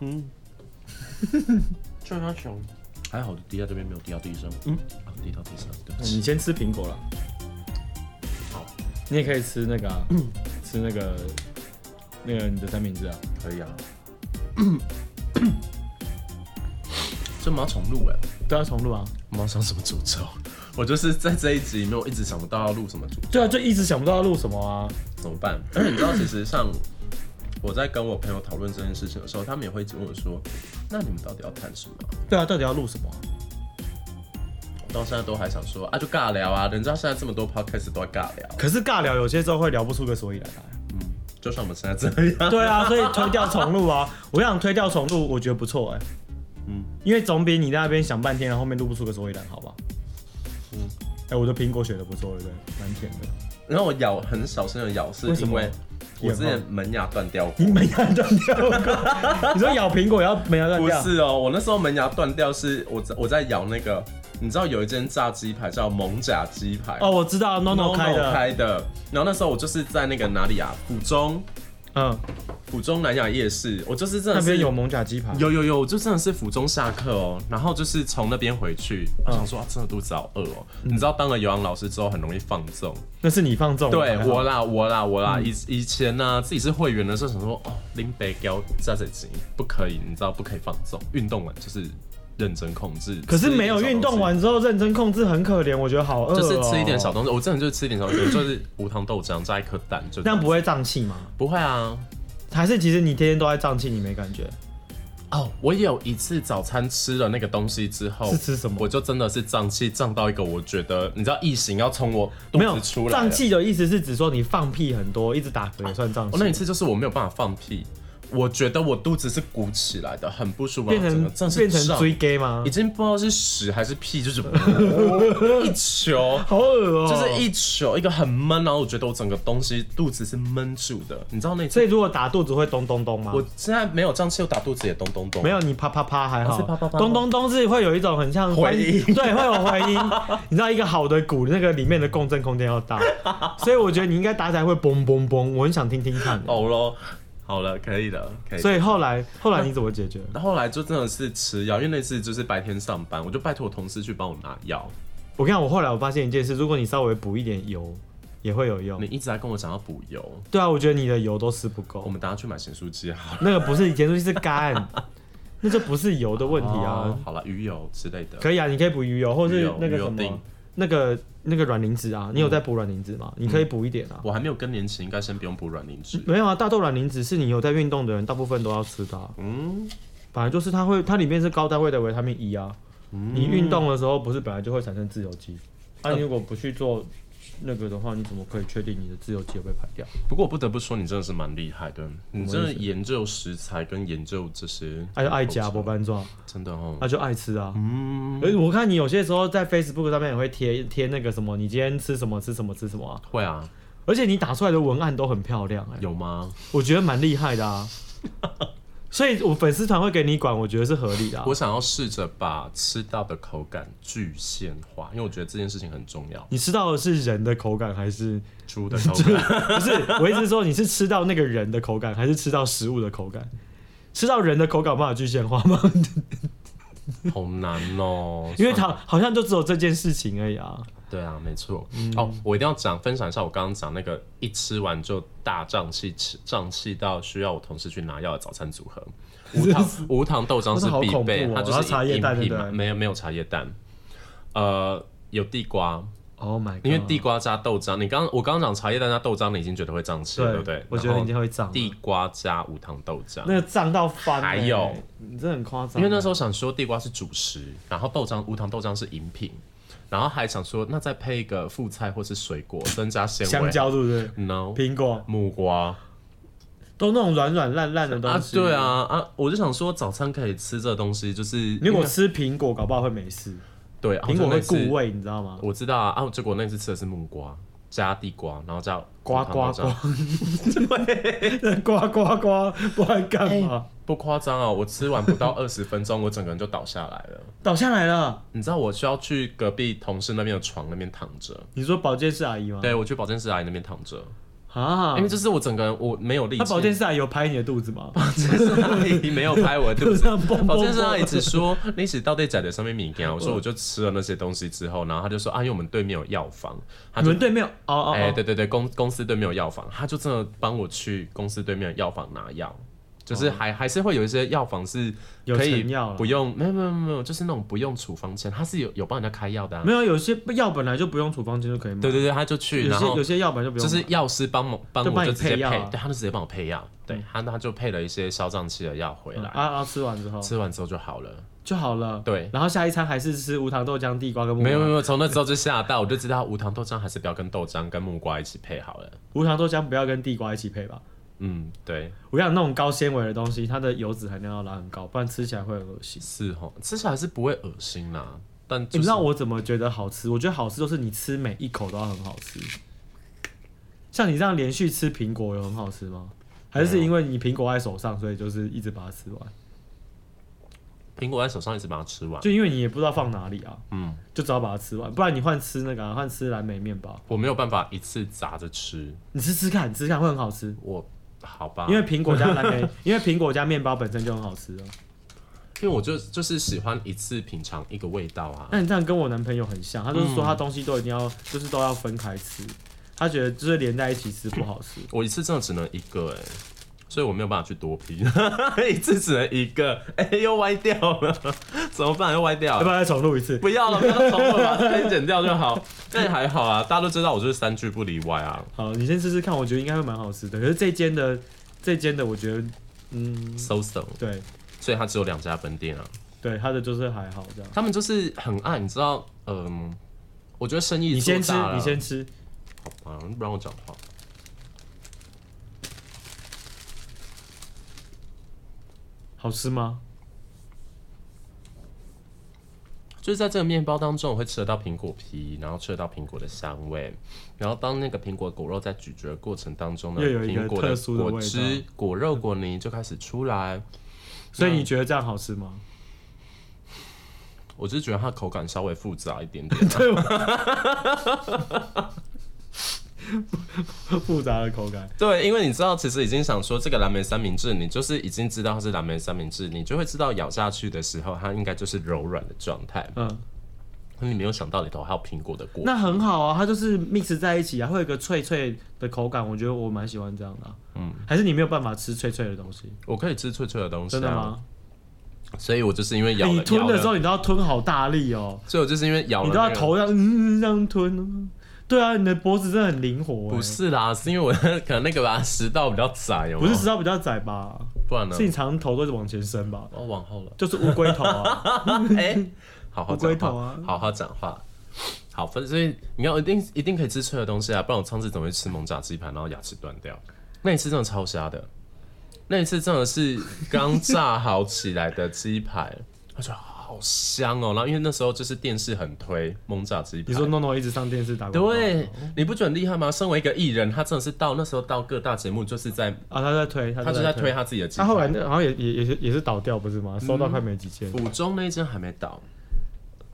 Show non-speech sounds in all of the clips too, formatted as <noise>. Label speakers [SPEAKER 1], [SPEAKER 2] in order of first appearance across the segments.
[SPEAKER 1] 嗯，就他穷，
[SPEAKER 2] 还好滴到这边没有滴到地上，嗯，啊，滴到地上，对不起。
[SPEAKER 3] 你先吃苹果了，
[SPEAKER 2] 好，
[SPEAKER 3] 你也可以吃那个、啊，吃那个那个你的三明治啊。
[SPEAKER 2] 可以啊。 <coughs> 这马宠录哎，
[SPEAKER 3] 对啊，重录啊。
[SPEAKER 2] 我马上什么诅咒？我就是在这一集里面，我一直想不到要录什么主
[SPEAKER 3] 对啊，就一直想不到要录什么啊。
[SPEAKER 2] 怎么办？而且 <coughs> 你知道，其实像我在跟我朋友讨论这件事情的时候，他们也会一直问我说：“那你们到底要谈什么啊
[SPEAKER 3] 对啊，到底要录什么啊、？”
[SPEAKER 2] 我到现在都还想说啊，就尬聊啊。人家现在这么多 podcast 都在尬聊，
[SPEAKER 3] 可是尬聊有些时候会聊不出个所以然来。啊
[SPEAKER 2] 就像我们现在这样。
[SPEAKER 3] <laughs>
[SPEAKER 2] <laughs>
[SPEAKER 3] 对啊，所以推掉重录啊，我想推掉重录，我觉得不错哎、
[SPEAKER 2] 嗯
[SPEAKER 3] 嗯，因为总比你在那边想半天，然后后面录不出个所以然，好吧？嗯
[SPEAKER 2] 嗯，
[SPEAKER 3] 哎、我的苹果选的不错，对不对？蛮甜
[SPEAKER 2] <laughs>
[SPEAKER 3] 的。
[SPEAKER 2] 然后我咬很小声的咬，是
[SPEAKER 3] 为什
[SPEAKER 2] 因
[SPEAKER 3] 么
[SPEAKER 2] 为我之前门牙断掉过
[SPEAKER 3] 你。门牙断掉过？ <laughs> 你说咬苹果也要门牙断
[SPEAKER 2] 不
[SPEAKER 3] 掉？
[SPEAKER 2] 是哦，我那时候门牙断掉是我在我在咬那个，你知道有一间炸鸡排叫蒙甲鸡排
[SPEAKER 3] 哦，我知道，no no 开的，
[SPEAKER 2] 开的。然后那时候我就是在那个哪里啊，府中
[SPEAKER 3] 嗯，
[SPEAKER 2] 府中南雅夜市，我就是真
[SPEAKER 3] 那
[SPEAKER 2] 的是
[SPEAKER 3] 边有蒙甲鸡排，
[SPEAKER 2] 有有有，我就真的是府中下课哦，然后就是从那边回去，我
[SPEAKER 3] 嗯
[SPEAKER 2] 想说、啊、真的肚子好饿哦。你知道当了游泳老师之后很容易放纵，
[SPEAKER 3] 那是你放纵，
[SPEAKER 2] 对
[SPEAKER 3] 还好嗯
[SPEAKER 2] 我啦我啦我啦，以、以前呢、自己是会员的时候想说哦，拎杯胶加水机不可以，你知道不可以放纵，运动完就是认真控制。
[SPEAKER 3] 可是
[SPEAKER 2] 吃一点
[SPEAKER 3] 没有
[SPEAKER 2] 小
[SPEAKER 3] 运动
[SPEAKER 2] 东西
[SPEAKER 3] 完之后认真控制很可怜，我觉得好饿、哦。
[SPEAKER 2] 就是吃一点小，东西，我真的就是吃一点小东
[SPEAKER 3] <laughs>
[SPEAKER 2] 西，就是无糖豆浆加一颗蛋，就
[SPEAKER 3] 这样不会胀气吗？
[SPEAKER 2] 不会啊。
[SPEAKER 3] 还是其实你天天都在胀气，你没感觉？
[SPEAKER 2] 哦，我有一次早餐吃了那个东西之后，
[SPEAKER 3] 是吃什么
[SPEAKER 2] 我就真的是胀气，胀到一个我觉得，你知道异形要从我肚
[SPEAKER 3] 没有
[SPEAKER 2] 子出来，
[SPEAKER 3] 胀。气的意思是指说你放屁很多，一直打嗝也算胀气。
[SPEAKER 2] 我哦那一次就是我没有办法放屁，我觉得我肚子是鼓起来的，很不舒服，
[SPEAKER 3] 变
[SPEAKER 2] 然后整个
[SPEAKER 3] 成
[SPEAKER 2] 真
[SPEAKER 3] 变
[SPEAKER 2] 的是
[SPEAKER 3] 成
[SPEAKER 2] 胀
[SPEAKER 3] 追 gay 吗
[SPEAKER 2] 已？经不知道是屎还是屁，就是
[SPEAKER 3] <laughs>
[SPEAKER 2] 一球。
[SPEAKER 3] 好恶哦、
[SPEAKER 2] 就是。一球一个很闷，然后我觉得我整个东西肚子是闷住的，你知道那次
[SPEAKER 3] 所以如果打肚子会咚咚咚吗？
[SPEAKER 2] 我现在没有胀气，我打肚子也咚咚咚。
[SPEAKER 3] 没有，你啪啪啪还好，
[SPEAKER 2] 哦是啪啪啪吗
[SPEAKER 3] 咚咚咚是会有一种很像
[SPEAKER 2] 回音
[SPEAKER 3] <laughs> 对，会有回音。你知道一个好的鼓，那个里面的共振空间
[SPEAKER 2] <laughs>
[SPEAKER 3] 要大，所以我觉得你应该打起来会嘣嘣嘣，我很想听听看。
[SPEAKER 2] 哦咯，好了，可以了，可以。
[SPEAKER 3] 所以后来后来你怎么解决？
[SPEAKER 2] 后来就真的是吃药，因为那次就是白天上班，我就拜托我同事去帮我拿药。
[SPEAKER 3] 我跟你讲，我后来我发现一件事，如果你稍微补一点油，也会有用
[SPEAKER 2] 你。一直在跟我讲要补油，
[SPEAKER 3] 对啊，我觉得你的油都吃不
[SPEAKER 2] 我
[SPEAKER 3] 够，
[SPEAKER 2] 们等下去买咸酥鸡啊好了。
[SPEAKER 3] 那个不是盐酥鸡是肝，那就不是油的问题啊
[SPEAKER 2] 哦。好了，鱼油之类的。
[SPEAKER 3] 可以啊，你可以补鱼油，或
[SPEAKER 2] 鱼
[SPEAKER 3] 是
[SPEAKER 2] 油
[SPEAKER 3] 那个
[SPEAKER 2] 鱼油嗯
[SPEAKER 3] 什么
[SPEAKER 2] 定
[SPEAKER 3] 那个那个软磷脂啊，你有在补软磷脂吗？你可
[SPEAKER 2] 嗯
[SPEAKER 3] 以补一点啊。
[SPEAKER 2] 我还没有更年期，应该先不用补软磷脂。
[SPEAKER 3] 没有啊，大豆卵磷脂是你有在运动的人大部分都要吃的、啊，
[SPEAKER 2] 嗯，
[SPEAKER 3] 本来就是它会，它里面是高单位的维他命 E 啊。
[SPEAKER 2] 嗯
[SPEAKER 3] 你运动的时候不是本来就会产生自由基，那、你如果不去做那个的话，你怎么可以确定你的自由基有被排掉？
[SPEAKER 2] 不过我不得不说，你真的是蛮厉害的，你真
[SPEAKER 3] 什么
[SPEAKER 2] 的
[SPEAKER 3] 意思
[SPEAKER 2] 研究食材跟研究这些，
[SPEAKER 3] 啊那、就爱加波斑状，
[SPEAKER 2] 真的哦
[SPEAKER 3] 那、。就爱吃啊。
[SPEAKER 2] 嗯，
[SPEAKER 3] 而且我看你有些时候在 Facebook 上面也会贴贴那个什么，你今天吃什么吃什么吃什么啊，
[SPEAKER 2] 会啊，
[SPEAKER 3] 而且你打出来的文案都很漂亮哎、
[SPEAKER 2] 有吗？
[SPEAKER 3] 我觉得蛮厉害的啊。所以，我粉丝团会给你管，我觉得是合理的、啊。
[SPEAKER 2] 我想要试着把吃到的口感具现化，因为我觉得这件事情很重要。
[SPEAKER 3] 你吃到的是人的口感还是 <laughs>
[SPEAKER 2] 猪的口感，
[SPEAKER 3] 不是，我意思是说，你是吃到那个人的口感，还是吃到食物的口感？吃到人的口感有办法具现化吗？ <laughs>
[SPEAKER 2] 好难哦、
[SPEAKER 3] 因为它好像就只有这件事情而已啊。
[SPEAKER 2] 对啊，没错。
[SPEAKER 3] 嗯
[SPEAKER 2] 哦，我一定要讲分享一下我刚刚讲那个一吃完就大胀气，吃胀气到需要我同事去拿药的早餐组合，
[SPEAKER 3] <laughs>
[SPEAKER 2] 无糖无糖豆浆
[SPEAKER 3] 那
[SPEAKER 2] 是
[SPEAKER 3] 是好
[SPEAKER 2] 必
[SPEAKER 3] 恐
[SPEAKER 2] 备，
[SPEAKER 3] 怖哦
[SPEAKER 2] 它
[SPEAKER 3] 然
[SPEAKER 2] 就
[SPEAKER 3] 后
[SPEAKER 2] 是
[SPEAKER 3] 茶叶蛋
[SPEAKER 2] 饮品
[SPEAKER 3] 对不
[SPEAKER 2] 嘛
[SPEAKER 3] 对
[SPEAKER 2] 没有没有茶叶蛋，呃，有地瓜，
[SPEAKER 3] Oh my god！
[SPEAKER 2] 因为地瓜加豆浆，你刚我刚刚讲茶叶蛋加豆浆，你已经觉得会胀气了，对
[SPEAKER 3] 对
[SPEAKER 2] 不对？
[SPEAKER 3] 我觉
[SPEAKER 2] 然
[SPEAKER 3] 得你
[SPEAKER 2] 后
[SPEAKER 3] 一定会胀啊
[SPEAKER 2] 地瓜加无糖豆浆，
[SPEAKER 3] 那个胀到翻、欸，
[SPEAKER 2] 还有
[SPEAKER 3] 你真的很夸
[SPEAKER 2] 因
[SPEAKER 3] 张。
[SPEAKER 2] 为那时
[SPEAKER 3] 候
[SPEAKER 2] 候想说地瓜是主食，然后豆浆无糖豆浆是饮品，然后还想说那再配一个副菜或是水果，增加纤维。
[SPEAKER 3] 香蕉对不对？
[SPEAKER 2] ？No。
[SPEAKER 3] 苹果
[SPEAKER 2] 木瓜
[SPEAKER 3] 都那种软软烂烂的
[SPEAKER 2] 啊
[SPEAKER 3] 东，西。
[SPEAKER 2] 对。啊啊！我就想说早餐可以吃这个东西，就是
[SPEAKER 3] 你如
[SPEAKER 2] 因
[SPEAKER 3] 果
[SPEAKER 2] 为
[SPEAKER 3] 吃苹果，搞不好会没事。
[SPEAKER 2] 对
[SPEAKER 3] 苹果会固，
[SPEAKER 2] 啊
[SPEAKER 3] 胃，你知道吗？
[SPEAKER 2] 我知道啊啊！结果那次吃的是木瓜加地瓜，然后加
[SPEAKER 3] 呱呱
[SPEAKER 2] 糖豆
[SPEAKER 3] 呱
[SPEAKER 2] 浆，
[SPEAKER 3] <laughs> 呱呱呱，不然干嘛？
[SPEAKER 2] 不夸张啊！我吃完不到二十分钟，我整个人就倒下来了。
[SPEAKER 3] 倒下来了。
[SPEAKER 2] 你知道我需要去隔壁同事那边的床那边躺着，
[SPEAKER 3] 你说保健室阿姨吗？
[SPEAKER 2] 对我去保健室阿姨那边躺着，
[SPEAKER 3] 啊
[SPEAKER 2] 因为，这是我整个人我没有力气。
[SPEAKER 3] 他保
[SPEAKER 2] <laughs>
[SPEAKER 3] 健室还有拍你的肚子吗？
[SPEAKER 2] 健师阿姨没有拍我的肚
[SPEAKER 3] 肚
[SPEAKER 2] 子
[SPEAKER 3] 子， <laughs> 上蹦蹦
[SPEAKER 2] <laughs> 保健
[SPEAKER 3] 蹦
[SPEAKER 2] 师阿姨只说你是到底在的上面米干，啊我
[SPEAKER 3] 哦
[SPEAKER 2] 说我就吃了那些东西之后，然后他就说啊，因为我们对面有药房，他
[SPEAKER 3] 你
[SPEAKER 2] 就
[SPEAKER 3] 们对面有哦哦，
[SPEAKER 2] 哎、
[SPEAKER 3] 哦
[SPEAKER 2] 对对对，公公司对面有药房，他就真的帮我去公司对面的药房拿药，就是还、还是会有一些药房是
[SPEAKER 3] 哦有
[SPEAKER 2] 可以
[SPEAKER 3] 成药啊
[SPEAKER 2] 不用，没有没有没有，就是那种不用处方签，他是有有帮人家开药的、啊。
[SPEAKER 3] 没有，有些药本来就不用处方签就可以买。
[SPEAKER 2] 对对对，他就去，
[SPEAKER 3] 有
[SPEAKER 2] 然
[SPEAKER 3] 些
[SPEAKER 2] 后
[SPEAKER 3] 有些药本来就不用
[SPEAKER 2] 就
[SPEAKER 3] 买。
[SPEAKER 2] 是药师帮忙帮
[SPEAKER 3] 就
[SPEAKER 2] 我
[SPEAKER 3] 帮
[SPEAKER 2] 就
[SPEAKER 3] 你
[SPEAKER 2] 直接
[SPEAKER 3] 配
[SPEAKER 2] 配，
[SPEAKER 3] 药啊
[SPEAKER 2] 对他就直接帮我配药，对他他就配了一些消胀气的药回
[SPEAKER 3] 嗯哦嗯
[SPEAKER 2] 来，
[SPEAKER 3] 啊啊，吃完之后
[SPEAKER 2] 吃完之后就好了。
[SPEAKER 3] 就好了。
[SPEAKER 2] 对，
[SPEAKER 3] 然后下一餐还是吃无糖豆浆、地瓜跟木瓜。
[SPEAKER 2] 没有没有，没有，从那之后就吓到，我就知道无糖豆浆还是不要跟豆浆跟木瓜一起配好了。
[SPEAKER 3] 无糖豆浆不要跟地瓜一起配吧。
[SPEAKER 2] 嗯，对，
[SPEAKER 3] 我想那种高纤维的东西，它的油脂含量要拉很高，不然吃起来会很恶心。
[SPEAKER 2] 是吼，吃起来是不会恶心啦，但
[SPEAKER 3] 欸你
[SPEAKER 2] 就
[SPEAKER 3] 知
[SPEAKER 2] 是
[SPEAKER 3] 道我怎么觉得好吃？我觉得好吃就是你吃每一口都要很好吃。像你这样连续吃苹果有很好吃吗？还是因为你苹果在手上，所以就是一直把它吃完？
[SPEAKER 2] 苹果在手上一直把它吃完。
[SPEAKER 3] 就因为你也不知道放哪里啊，
[SPEAKER 2] 嗯，
[SPEAKER 3] 就只好把它吃完。不然你换吃那个、啊，换吃蓝莓面包，
[SPEAKER 2] 我没有办法一次砸着吃，
[SPEAKER 3] 你吃吃看，你吃吃看会很好吃。
[SPEAKER 2] 我好吧，
[SPEAKER 3] 因为苹果加蓝莓，因为苹果加面包本身就很好吃了。啊
[SPEAKER 2] 因为我就就是喜欢一次品尝一个味道啊。
[SPEAKER 3] 那你这样跟我男朋友很像，他就是说他东西都一定要，就是都要分开吃，他觉得就是连在一起吃不好吃。
[SPEAKER 2] 我一次真的只能一个哎、所以我没有办法去多批， <laughs> 一次只能一个， <laughs> 哎、又歪掉了， <laughs> 怎么办？又歪掉
[SPEAKER 3] 要
[SPEAKER 2] 了
[SPEAKER 3] 不。要再重录一次？
[SPEAKER 2] 不要了，不要重复把它可以剪掉就好。 <laughs> 但还好啊，大家都知道我就是三句不离外啊。
[SPEAKER 3] 好，你先试试看，我觉得应该会蛮好吃的。可是这间的，这间的我觉得，嗯，
[SPEAKER 2] So so，
[SPEAKER 3] 对
[SPEAKER 2] 所以它只有两家分店啊。
[SPEAKER 3] 对，它的就是还好这样。
[SPEAKER 2] 他们就是很爱，你知道，嗯，我觉得生意
[SPEAKER 3] 你先吃，
[SPEAKER 2] 做大了
[SPEAKER 3] 你先吃，
[SPEAKER 2] 啊，你不让我讲话。
[SPEAKER 3] 好吃吗？
[SPEAKER 2] 就是在这个面包当中，我会吃得到苹果皮，然后吃得到苹果的香味，然后当那个苹果果肉在咀嚼的过程当中呢，
[SPEAKER 3] 又有一个
[SPEAKER 2] 苹果
[SPEAKER 3] 特殊的味道
[SPEAKER 2] 果汁、果肉、果泥就开始出来。
[SPEAKER 3] 所以你觉得这样好吃吗？ <laughs>
[SPEAKER 2] 我只是觉得它的口感稍微复杂一点啊点，
[SPEAKER 3] <laughs> 复杂的口感，
[SPEAKER 2] 对，因为你知道，其实已经想说这个蓝莓三明治，你就是已经知道它是蓝莓三明治，你就会知道咬下去的时候，它应该就是柔软的状态。
[SPEAKER 3] 嗯，
[SPEAKER 2] 可你没有想到里头还有苹果的果，
[SPEAKER 3] 那很好啊，它就是 mix 在一起啊，会有一个脆脆的口感，我觉得我蛮喜欢这样的、嗯，还是你没有办法吃脆脆的东西，
[SPEAKER 2] 我可以吃脆脆的东西、啊，
[SPEAKER 3] 真的？吗？
[SPEAKER 2] 所以我就是因为咬了，
[SPEAKER 3] 你吞的时
[SPEAKER 2] 咬
[SPEAKER 3] 候，
[SPEAKER 2] 了，
[SPEAKER 3] 你都要吞好大力哦，
[SPEAKER 2] 所以我就是因为咬了、那
[SPEAKER 3] 你都要
[SPEAKER 2] 个
[SPEAKER 3] 头这样嗯这样吞。对啊，你的脖子真的很灵活、欸。
[SPEAKER 2] 不是哦啦，是因为我 <laughs> 可能那个吧食道比较窄，有没
[SPEAKER 3] 不
[SPEAKER 2] 有
[SPEAKER 3] 是食道比较窄吧？
[SPEAKER 2] 不然呢
[SPEAKER 3] 是？你常头都是往前伸吧？
[SPEAKER 2] 我、往后了，
[SPEAKER 3] 就是乌龟
[SPEAKER 2] <laughs>
[SPEAKER 3] 头啊，
[SPEAKER 2] 哎、好好
[SPEAKER 3] 乌龟
[SPEAKER 2] 讲
[SPEAKER 3] 头
[SPEAKER 2] 话，
[SPEAKER 3] 啊
[SPEAKER 2] 好好讲话。好，分所以你要一定一定可以吃脆的东西啊，不然我上次怎么会吃蒙炸鸡排，然后牙齿断掉？那一次真的超瞎的，那一次真的是刚炸好起来的鸡排， <laughs> 我觉得好香哦。然后因为那时候就是电视很推蒙炸鸡排，
[SPEAKER 3] 你说 NONO 一直上电视打广告，
[SPEAKER 2] 对，你不觉得很厉害吗？身为一个艺人，他真的是到那时候到各大节目，就是在
[SPEAKER 3] 啊，他在推，
[SPEAKER 2] 他
[SPEAKER 3] 他
[SPEAKER 2] 就
[SPEAKER 3] 在
[SPEAKER 2] 在推。他自己嗯的鸡
[SPEAKER 3] 他
[SPEAKER 2] 排。
[SPEAKER 3] 后来那好像也也也是也是倒掉不是吗？收到快没几件，
[SPEAKER 2] 府中那一间还没倒，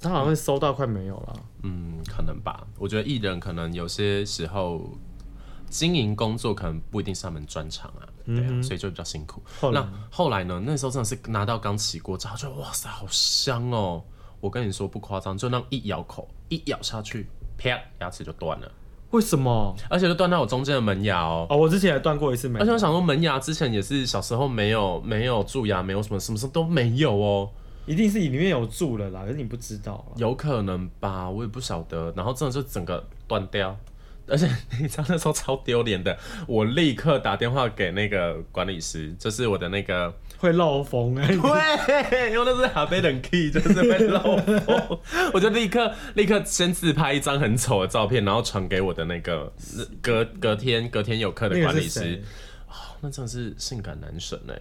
[SPEAKER 3] 他好像收到快没有了。
[SPEAKER 2] 嗯，可能吧。我觉得艺人可能有些时候经营工作可能不一定是他们专长啊，对啊，所以就比较辛苦。
[SPEAKER 3] 后来
[SPEAKER 2] 那后来呢？那时候真的是拿到刚起锅炸，就哇塞，好香哦！我跟你说不夸张，就那一咬口，一咬下去，啪，牙齿就断了，
[SPEAKER 3] 为什么？
[SPEAKER 2] 而且就断到我中间的门牙哦。
[SPEAKER 3] 哦，我之前也断过一次眉
[SPEAKER 2] 而，且我想说，门牙之前也是小时候没有没有蛀牙，没有什么什么什么都没有哦。
[SPEAKER 3] 一定是里面有蛀了啦，可是你不知道啊。
[SPEAKER 2] 有可能吧，我也不晓得。然后真的就整个断掉， <laughs> 而且你知道那时候超丢脸的，我立刻打电话给那个管理师，就是我的那
[SPEAKER 3] <laughs>
[SPEAKER 2] 个，
[SPEAKER 3] 会漏风
[SPEAKER 2] <laughs>
[SPEAKER 3] 哎、
[SPEAKER 2] 对，因为那是哈贝冷 key，就是被漏风， <laughs> 我就立刻立刻先自拍一张很丑的照片，然后传给我的那个隔隔天隔天有课的
[SPEAKER 3] 那
[SPEAKER 2] 管
[SPEAKER 3] 个
[SPEAKER 2] 理
[SPEAKER 3] 是
[SPEAKER 2] 师
[SPEAKER 3] 谁，？
[SPEAKER 2] 哦那真的是性感男神哎、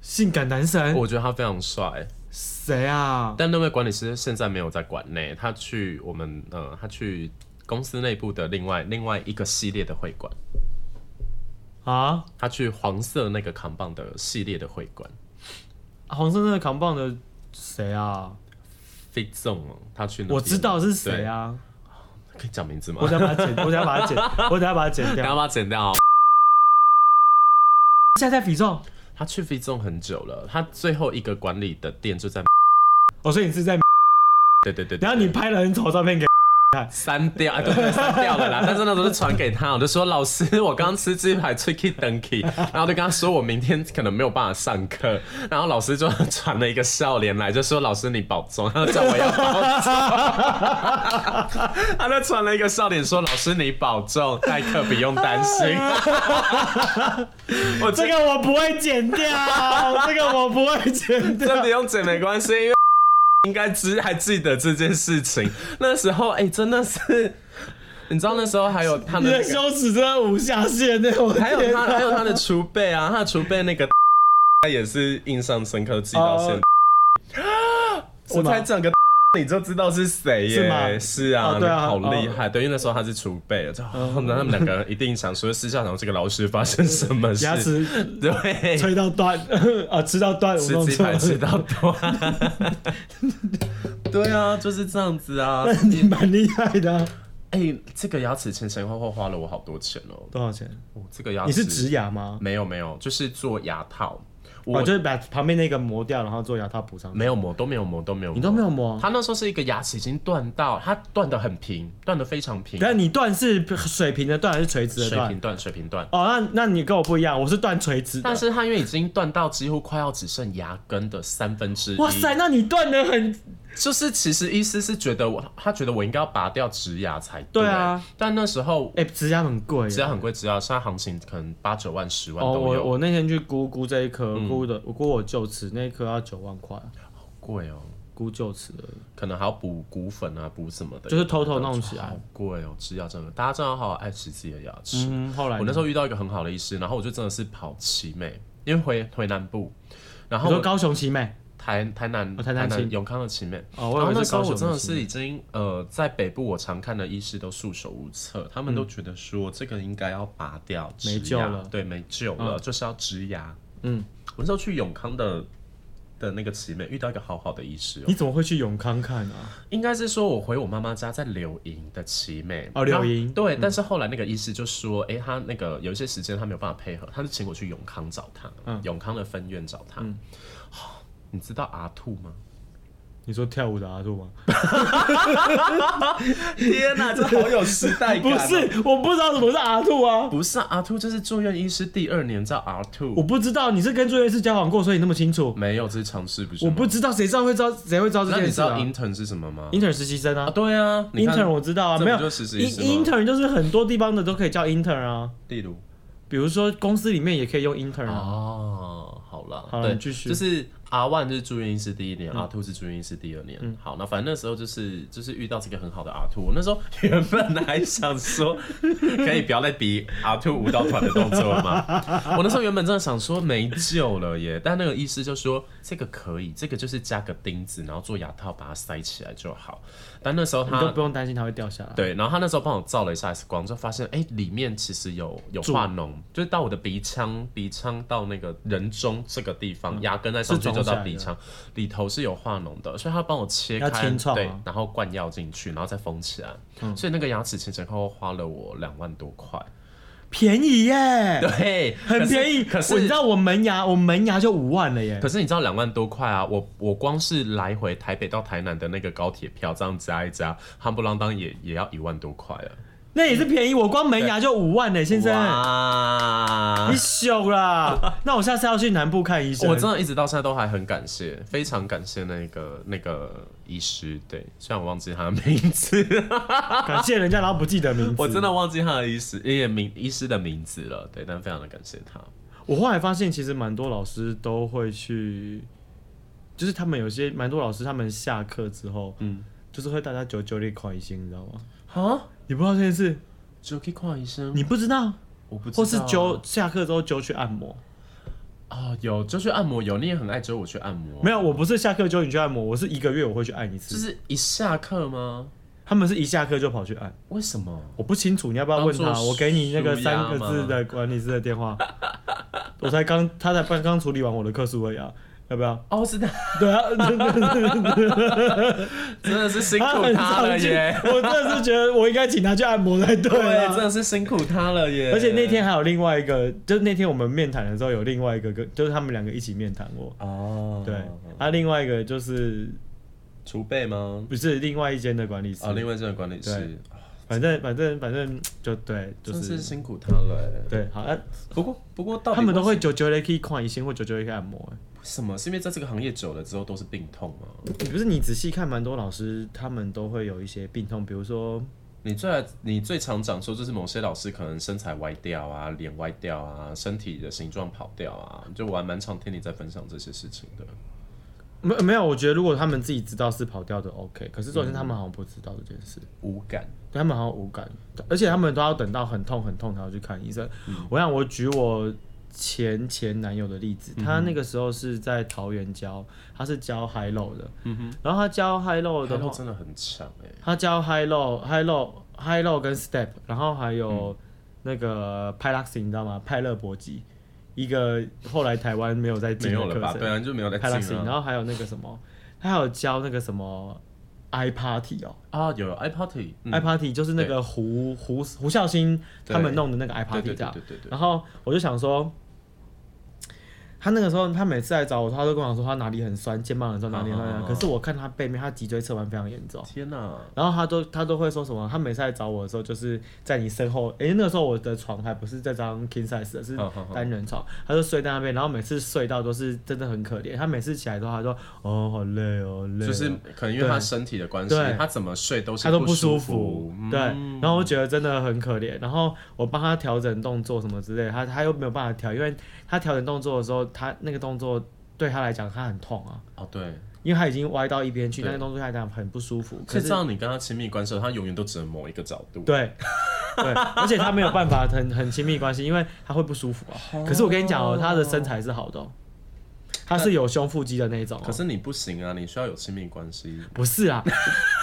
[SPEAKER 3] 性感男神？
[SPEAKER 2] 我觉得他非常帅。
[SPEAKER 3] 谁啊？
[SPEAKER 2] 但那位管理师现在没有在馆内，他去我们呃，他去公司内部的另外另外一个系列的会馆，
[SPEAKER 3] 啊，
[SPEAKER 2] 他去黄色那个扛棒的系列的会馆
[SPEAKER 3] 黄色那个扛棒的谁啊？
[SPEAKER 2] ，Fit Zone，哦他去那边
[SPEAKER 3] 我知道是谁啊。
[SPEAKER 2] 对可以讲名字吗
[SPEAKER 3] 我？等下把它剪，我等下把它剪，我等下把它剪
[SPEAKER 2] 你要 <laughs>
[SPEAKER 3] 掉。
[SPEAKER 2] 把它剪掉哦。
[SPEAKER 3] 现在在比重，
[SPEAKER 2] 他去 V 纵很久了，他最后一个管理的店就在，
[SPEAKER 3] 我哦说你是在，
[SPEAKER 2] 对对对对
[SPEAKER 3] 然后你拍了很丑的照
[SPEAKER 2] <laughs>
[SPEAKER 3] 片给，
[SPEAKER 2] 删掉，啊对对，删掉了啦。但是那时候是传给他，我就说老师，我刚吃鸡排吹 K 登 K，然 <laughs> 后就跟他说我明天可能没有办法上课， <laughs> 然后老师就传了一个笑脸来，就说老师你保重， <laughs> 他就叫我要保重，他 <laughs> 就传了一个笑脸说老师你保重，代课不用担心。 <laughs> 我这
[SPEAKER 3] 这
[SPEAKER 2] 个
[SPEAKER 3] 个我不会
[SPEAKER 2] <laughs>
[SPEAKER 3] 剪掉，这个我不会剪掉。
[SPEAKER 2] 这不用剪没关系，因为 <laughs> 应该知还记得这件事情。那时候哎、真的是。你知道那时候还有他
[SPEAKER 3] 你
[SPEAKER 2] 们、那
[SPEAKER 3] 的
[SPEAKER 2] 个。
[SPEAKER 3] 羞耻真的无下限呢！我的
[SPEAKER 2] 还有
[SPEAKER 3] 天
[SPEAKER 2] 他，
[SPEAKER 3] 哪
[SPEAKER 2] 还有他的储备啊，他的储备那个， <laughs> 哦他也是印象深刻，记到现在。我
[SPEAKER 3] 是吗
[SPEAKER 2] 才讲个， <laughs> 你就知道是谁
[SPEAKER 3] 是
[SPEAKER 2] 耶？
[SPEAKER 3] 吗
[SPEAKER 2] 是啊，哦
[SPEAKER 3] 哦对啊
[SPEAKER 2] 好厉害。对，因为那时候他是储备了，就他们两个一定想说私下想这个老师发生什么事，
[SPEAKER 3] 牙齿
[SPEAKER 2] <laughs> 对，
[SPEAKER 3] 吹到断啊，吃到断，
[SPEAKER 2] <laughs>
[SPEAKER 3] 我
[SPEAKER 2] 吃
[SPEAKER 3] 弄
[SPEAKER 2] 鸡
[SPEAKER 3] 错
[SPEAKER 2] 排
[SPEAKER 3] 了。
[SPEAKER 2] 吃到多。 <laughs> 对啊，就是这样子啊。
[SPEAKER 3] <laughs> 你蛮厉害的啊、
[SPEAKER 2] 哎、这个牙齿前前后后花了我好多钱哦、
[SPEAKER 3] 多少钱？
[SPEAKER 2] 哦这个牙齿
[SPEAKER 3] 你是植牙吗？
[SPEAKER 2] 没有没有，就是做牙套。我
[SPEAKER 3] 我就是把旁边那个磨掉，然后做牙套补上去。
[SPEAKER 2] 没有磨，都没有磨，都没有磨。
[SPEAKER 3] 你都没有磨
[SPEAKER 2] 他那时候是一个牙齿已经断到，他断的很平，断的非常平，
[SPEAKER 3] 但你断是水平的断还是垂直的
[SPEAKER 2] 水
[SPEAKER 3] 断
[SPEAKER 2] 平？断，水平断。
[SPEAKER 3] 哦，那那你跟我不一样，我是断垂直的。
[SPEAKER 2] 但是他因为已经断到几乎快要只剩牙根的三分之一，
[SPEAKER 3] 哇塞，那你断的很
[SPEAKER 2] 就是其实医师是觉得我，他觉得我应该要拔掉植牙才
[SPEAKER 3] 对啊。
[SPEAKER 2] 但那时候
[SPEAKER 3] 哎、植牙很贵耶。
[SPEAKER 2] 植牙很贵，植牙现在行情可能八九万、十万
[SPEAKER 3] 哦，
[SPEAKER 2] 都
[SPEAKER 3] 我
[SPEAKER 2] 有，
[SPEAKER 3] 我那天去估估这一颗，
[SPEAKER 2] 嗯
[SPEAKER 3] 估的我估我臼齿那一颗要九万块，
[SPEAKER 2] 贵哦，
[SPEAKER 3] 估臼齿而已。
[SPEAKER 2] 可能还要补骨粉啊，补什么的，
[SPEAKER 3] 就是偷偷弄起来
[SPEAKER 2] 好贵哦，植牙真的，大家真的要好好爱惜自己的牙齿。
[SPEAKER 3] 嗯，后来
[SPEAKER 2] 我那时
[SPEAKER 3] 候
[SPEAKER 2] 候遇到一个很好的医师，然后我就真的是跑奇美，因为回回南部，然
[SPEAKER 3] 你
[SPEAKER 2] 后
[SPEAKER 3] 说
[SPEAKER 2] 我
[SPEAKER 3] 高雄奇美
[SPEAKER 2] 台台南、
[SPEAKER 3] 哦台南奇
[SPEAKER 2] 永康的奇美，
[SPEAKER 3] 哦，
[SPEAKER 2] 然
[SPEAKER 3] 我
[SPEAKER 2] 后
[SPEAKER 3] 以
[SPEAKER 2] 那
[SPEAKER 3] 为是
[SPEAKER 2] 时候
[SPEAKER 3] 高
[SPEAKER 2] 我
[SPEAKER 3] 雄
[SPEAKER 2] 真的
[SPEAKER 3] 的奇
[SPEAKER 2] 是
[SPEAKER 3] 美。
[SPEAKER 2] 已经呃，在北部我常看的医师都束手无策，他们都觉得说这个应该要拔掉，
[SPEAKER 3] 嗯没
[SPEAKER 2] 植
[SPEAKER 3] 救
[SPEAKER 2] 牙
[SPEAKER 3] 了
[SPEAKER 2] 对，没救了，就是要植牙。
[SPEAKER 3] 嗯，
[SPEAKER 2] 我那时候去永康的。的那个奇美遇到一个好好的医师、哦，
[SPEAKER 3] 你怎么会去永康看啊？
[SPEAKER 2] 应该是说我回我妈妈家在柳营的奇美
[SPEAKER 3] 哦柳营
[SPEAKER 2] 那对，但是后来那个医师就说，哎、他那个有一些时间他没有办法配合，他就请我去永康找他，
[SPEAKER 3] 嗯
[SPEAKER 2] 永康的分院找他。哦
[SPEAKER 3] 嗯
[SPEAKER 2] 你知道阿兔吗？
[SPEAKER 3] 你说跳舞的阿杜吗？
[SPEAKER 2] 天哪、这好有时代 <laughs>
[SPEAKER 3] 不是，我不知道什么是阿杜啊，
[SPEAKER 2] 不是啊阿兔，这是住院医师第二年叫阿
[SPEAKER 3] 我
[SPEAKER 2] 兔，
[SPEAKER 3] 不知道你是跟住院医师交往过，所以你那么清楚。
[SPEAKER 2] 没有，这是尝试，不是
[SPEAKER 3] 我
[SPEAKER 2] 吗
[SPEAKER 3] 不知道，谁知道会知道谁会知道这
[SPEAKER 2] 那
[SPEAKER 3] 件
[SPEAKER 2] 你知
[SPEAKER 3] 事
[SPEAKER 2] 道
[SPEAKER 3] 啊
[SPEAKER 2] intern 是什么吗？
[SPEAKER 3] ？intern 实习生
[SPEAKER 2] 啊，
[SPEAKER 3] 啊
[SPEAKER 2] 对啊你看
[SPEAKER 3] ，intern 我知道啊，
[SPEAKER 2] 这不
[SPEAKER 3] 没有
[SPEAKER 2] 就实习生吗
[SPEAKER 3] in- intern 就是很多地方的都可以叫 intern 啊，
[SPEAKER 2] 例如
[SPEAKER 3] 比如说公司里面也可以用 intern 啊。
[SPEAKER 2] 哦，好了，
[SPEAKER 3] 好
[SPEAKER 2] 对，
[SPEAKER 3] 你继续嗯
[SPEAKER 2] 就是阿万就是住院医师第一年，阿兔是住院医师第二年。好，那反正那时候就是就是遇到这个很好的阿兔，我那时候 <laughs> 原本还想说，可以不要再比阿兔舞蹈团的动作了
[SPEAKER 3] <laughs>
[SPEAKER 2] 吗？我那时候原本真的想说没救了耶，但那个医师就说这个可以，这个就是加个钉子，然后做牙套把它塞起来就好。但那时候
[SPEAKER 3] 你都
[SPEAKER 2] 他。
[SPEAKER 3] 不用担心它会掉下来。
[SPEAKER 2] 啊对，然后他那时候帮我照了一下 X 光，就发现哎、里面其实有有
[SPEAKER 3] 蛀
[SPEAKER 2] 化脓，就是到我的鼻腔，鼻腔到那个人中这个地方，牙根在上
[SPEAKER 3] 嗯是
[SPEAKER 2] 去
[SPEAKER 3] 肿
[SPEAKER 2] 就
[SPEAKER 3] 起
[SPEAKER 2] 到
[SPEAKER 3] 来
[SPEAKER 2] 鼻
[SPEAKER 3] 的
[SPEAKER 2] 腔里头是有化脓的，所以他帮我切
[SPEAKER 3] 要
[SPEAKER 2] 开，
[SPEAKER 3] 清创啊嗯
[SPEAKER 2] 对
[SPEAKER 3] 吗，
[SPEAKER 2] 然后灌药进去，然后再封起来，所以那个牙齿前前后后花了我两万多块，
[SPEAKER 3] 便宜
[SPEAKER 2] <laughs>
[SPEAKER 3] 耶，
[SPEAKER 2] 对，可
[SPEAKER 3] <laughs> 很
[SPEAKER 2] 是
[SPEAKER 3] 便宜。
[SPEAKER 2] 可
[SPEAKER 3] 我你
[SPEAKER 2] 是
[SPEAKER 3] 知。道我门牙，我门牙就五万了耶
[SPEAKER 2] 可。是你知道两万多块啊，我我光是来回台北到台南的那个高铁票，这样加一加，夯不啷当也也要一万多块啊了。
[SPEAKER 3] 那也是便宜，我光门牙就五万呢，先生，
[SPEAKER 2] 哇
[SPEAKER 3] 你朽啦！那我下次要去南部看医生。
[SPEAKER 2] 我真的一直到现在都还很感谢，非常感谢那个那个医师。对，虽然我忘记他的名字，
[SPEAKER 3] 感谢人家，然后不记得名字。
[SPEAKER 2] 我真的忘记他的医师，也名医师的名字了。对，但非常的感谢他。
[SPEAKER 3] 我后来发现，其实蛮多老师都会去，就是他们有些蛮多老师，他们下课之后，嗯，就是会大家九九里考一星，你知道吗？
[SPEAKER 2] 啊，
[SPEAKER 3] 你不知道这件事，
[SPEAKER 2] 只有可以看医生，
[SPEAKER 3] 你不知道，
[SPEAKER 2] 我嗯不知道啊
[SPEAKER 3] 或是揪下课之后揪去按摩。
[SPEAKER 2] 哦，有就去按摩，有你也很爱揪我去按摩，
[SPEAKER 3] 没有，啊我不是下课揪你去按摩，我是一个月我会去按一
[SPEAKER 2] 就
[SPEAKER 3] 次。
[SPEAKER 2] 是一下课吗？
[SPEAKER 3] 他们是一下课就跑去按，
[SPEAKER 2] 为什么？
[SPEAKER 3] 我不清楚，你要不要问
[SPEAKER 2] 当
[SPEAKER 3] 他？
[SPEAKER 2] 做
[SPEAKER 3] 我给你那个
[SPEAKER 2] 舒压吗
[SPEAKER 3] 三 <laughs> 个字的管理师的电话。我才刚，他才刚刚处理完我的客诉而已啊。要不要？ <laughs>
[SPEAKER 2] 哦，是的，
[SPEAKER 3] 对啊， <laughs> 真的是
[SPEAKER 2] 真的是辛苦
[SPEAKER 3] 他很
[SPEAKER 2] 他了
[SPEAKER 3] 上进，
[SPEAKER 2] 耶！
[SPEAKER 3] 我真的是觉得我应该请他去按摩才对
[SPEAKER 2] 对，真
[SPEAKER 3] 啊。
[SPEAKER 2] 的是辛苦他了耶！
[SPEAKER 3] 而且那天还有另外一个，就是那天我们面谈的时候有另外一个跟，就是他们两个一起面谈我。
[SPEAKER 2] 哦，
[SPEAKER 3] 对，啊，另外一个就是
[SPEAKER 2] 储备吗？
[SPEAKER 3] 不是另外一间的管理师，
[SPEAKER 2] 哦，另外这个管理师
[SPEAKER 3] 对，反正反正反正就对，就
[SPEAKER 2] 真的是
[SPEAKER 3] 是
[SPEAKER 2] 辛苦他了耶。
[SPEAKER 3] 对，好，啊、
[SPEAKER 2] 不过不过到底
[SPEAKER 3] 他们都会久久的可以看医生或久久的可以按摩、欸。
[SPEAKER 2] 为什么？是因为在这个行业久了之后都是病痛吗？
[SPEAKER 3] 不是你仔细看，蛮多老师他们都会有一些病痛，比如说
[SPEAKER 2] 你最你最常讲说，就是某些老师可能身材歪掉啊，脸歪掉啊，身体的形状跑掉啊，就我还蛮常听你在分享这些事情的。
[SPEAKER 3] 没没有，我觉得如果他们自己知道是跑调的 OK，可是重点是他们好像不知道这件事，
[SPEAKER 2] 无感，
[SPEAKER 3] 对他们好像无感，而且他们都要等到很痛很痛才要去看医生。我想我举我前前男友的例子，他那个时候是在桃园教，他是教 high low 的，然后他教 high low 的
[SPEAKER 2] 然
[SPEAKER 3] 话
[SPEAKER 2] 后，真的很强哎、
[SPEAKER 3] 他教 high low high low high low 跟 step，然后还
[SPEAKER 2] 嗯
[SPEAKER 3] 有那个 p y l o x 你知道吗？派勒搏击，一个后来台湾没有在进
[SPEAKER 2] 没
[SPEAKER 3] 的
[SPEAKER 2] 有
[SPEAKER 3] 课
[SPEAKER 2] 了吧？
[SPEAKER 3] 程
[SPEAKER 2] 对，啊，就没有在
[SPEAKER 3] p y l o x
[SPEAKER 2] 进
[SPEAKER 3] 然
[SPEAKER 2] 啊。
[SPEAKER 3] 后还有那个什么，他还有教那个什么 i party 哦、
[SPEAKER 2] 啊，有 i party，嗯
[SPEAKER 3] i party 就是那个胡胡胡孝兴他们
[SPEAKER 2] 对
[SPEAKER 3] 弄的那个 i
[SPEAKER 2] 对
[SPEAKER 3] party
[SPEAKER 2] 对
[SPEAKER 3] 这
[SPEAKER 2] 对
[SPEAKER 3] 样
[SPEAKER 2] 对对对，
[SPEAKER 3] 然后我就想说，他那个时候他每次来找我，他都跟我说他哪里很酸，肩膀很酸，哪里很
[SPEAKER 2] 啊啊
[SPEAKER 3] 酸。
[SPEAKER 2] 啊
[SPEAKER 3] 可是我看他背面，他脊椎侧弯非常严重。
[SPEAKER 2] 天哪、
[SPEAKER 3] 然后他都他都会说什么？他每次来找我的时候，就是在你身后。诶，那个时候我的床还不是这张 king size 的，是
[SPEAKER 2] 好好好
[SPEAKER 3] 单人床。他就睡在那边，然后每次睡到都是真的很可怜。他每次起来之后，他说：“哦，好累哦，好累哦。”
[SPEAKER 2] 就是可能因为他身体的关系
[SPEAKER 3] 对，
[SPEAKER 2] 他怎么睡都是
[SPEAKER 3] 他都不
[SPEAKER 2] 不
[SPEAKER 3] 舒
[SPEAKER 2] 服嗯
[SPEAKER 3] 服。，对，然后我觉得真的很可怜。然后我帮他调整动作什么之类的，他他又没有办法调，因为他调整动作的时候，他那个动作对他来讲他很痛啊，
[SPEAKER 2] 哦对，
[SPEAKER 3] 因为他已经歪到一边去，
[SPEAKER 2] 对
[SPEAKER 3] 那个动作对他来讲很不舒服。
[SPEAKER 2] 可
[SPEAKER 3] 可
[SPEAKER 2] 是
[SPEAKER 3] 是
[SPEAKER 2] 这样你跟他亲密关系的时候，他永远都只能某一个角度。
[SPEAKER 3] 对。对，而且他没有办法很很亲密关系，因为他会不舒服啊。可是我跟你讲哦，他的身材是好的、哦，他是有胸腹肌的那一种、哦。
[SPEAKER 2] 可是你不行啊，你需要有亲密关系。
[SPEAKER 3] 不是啊，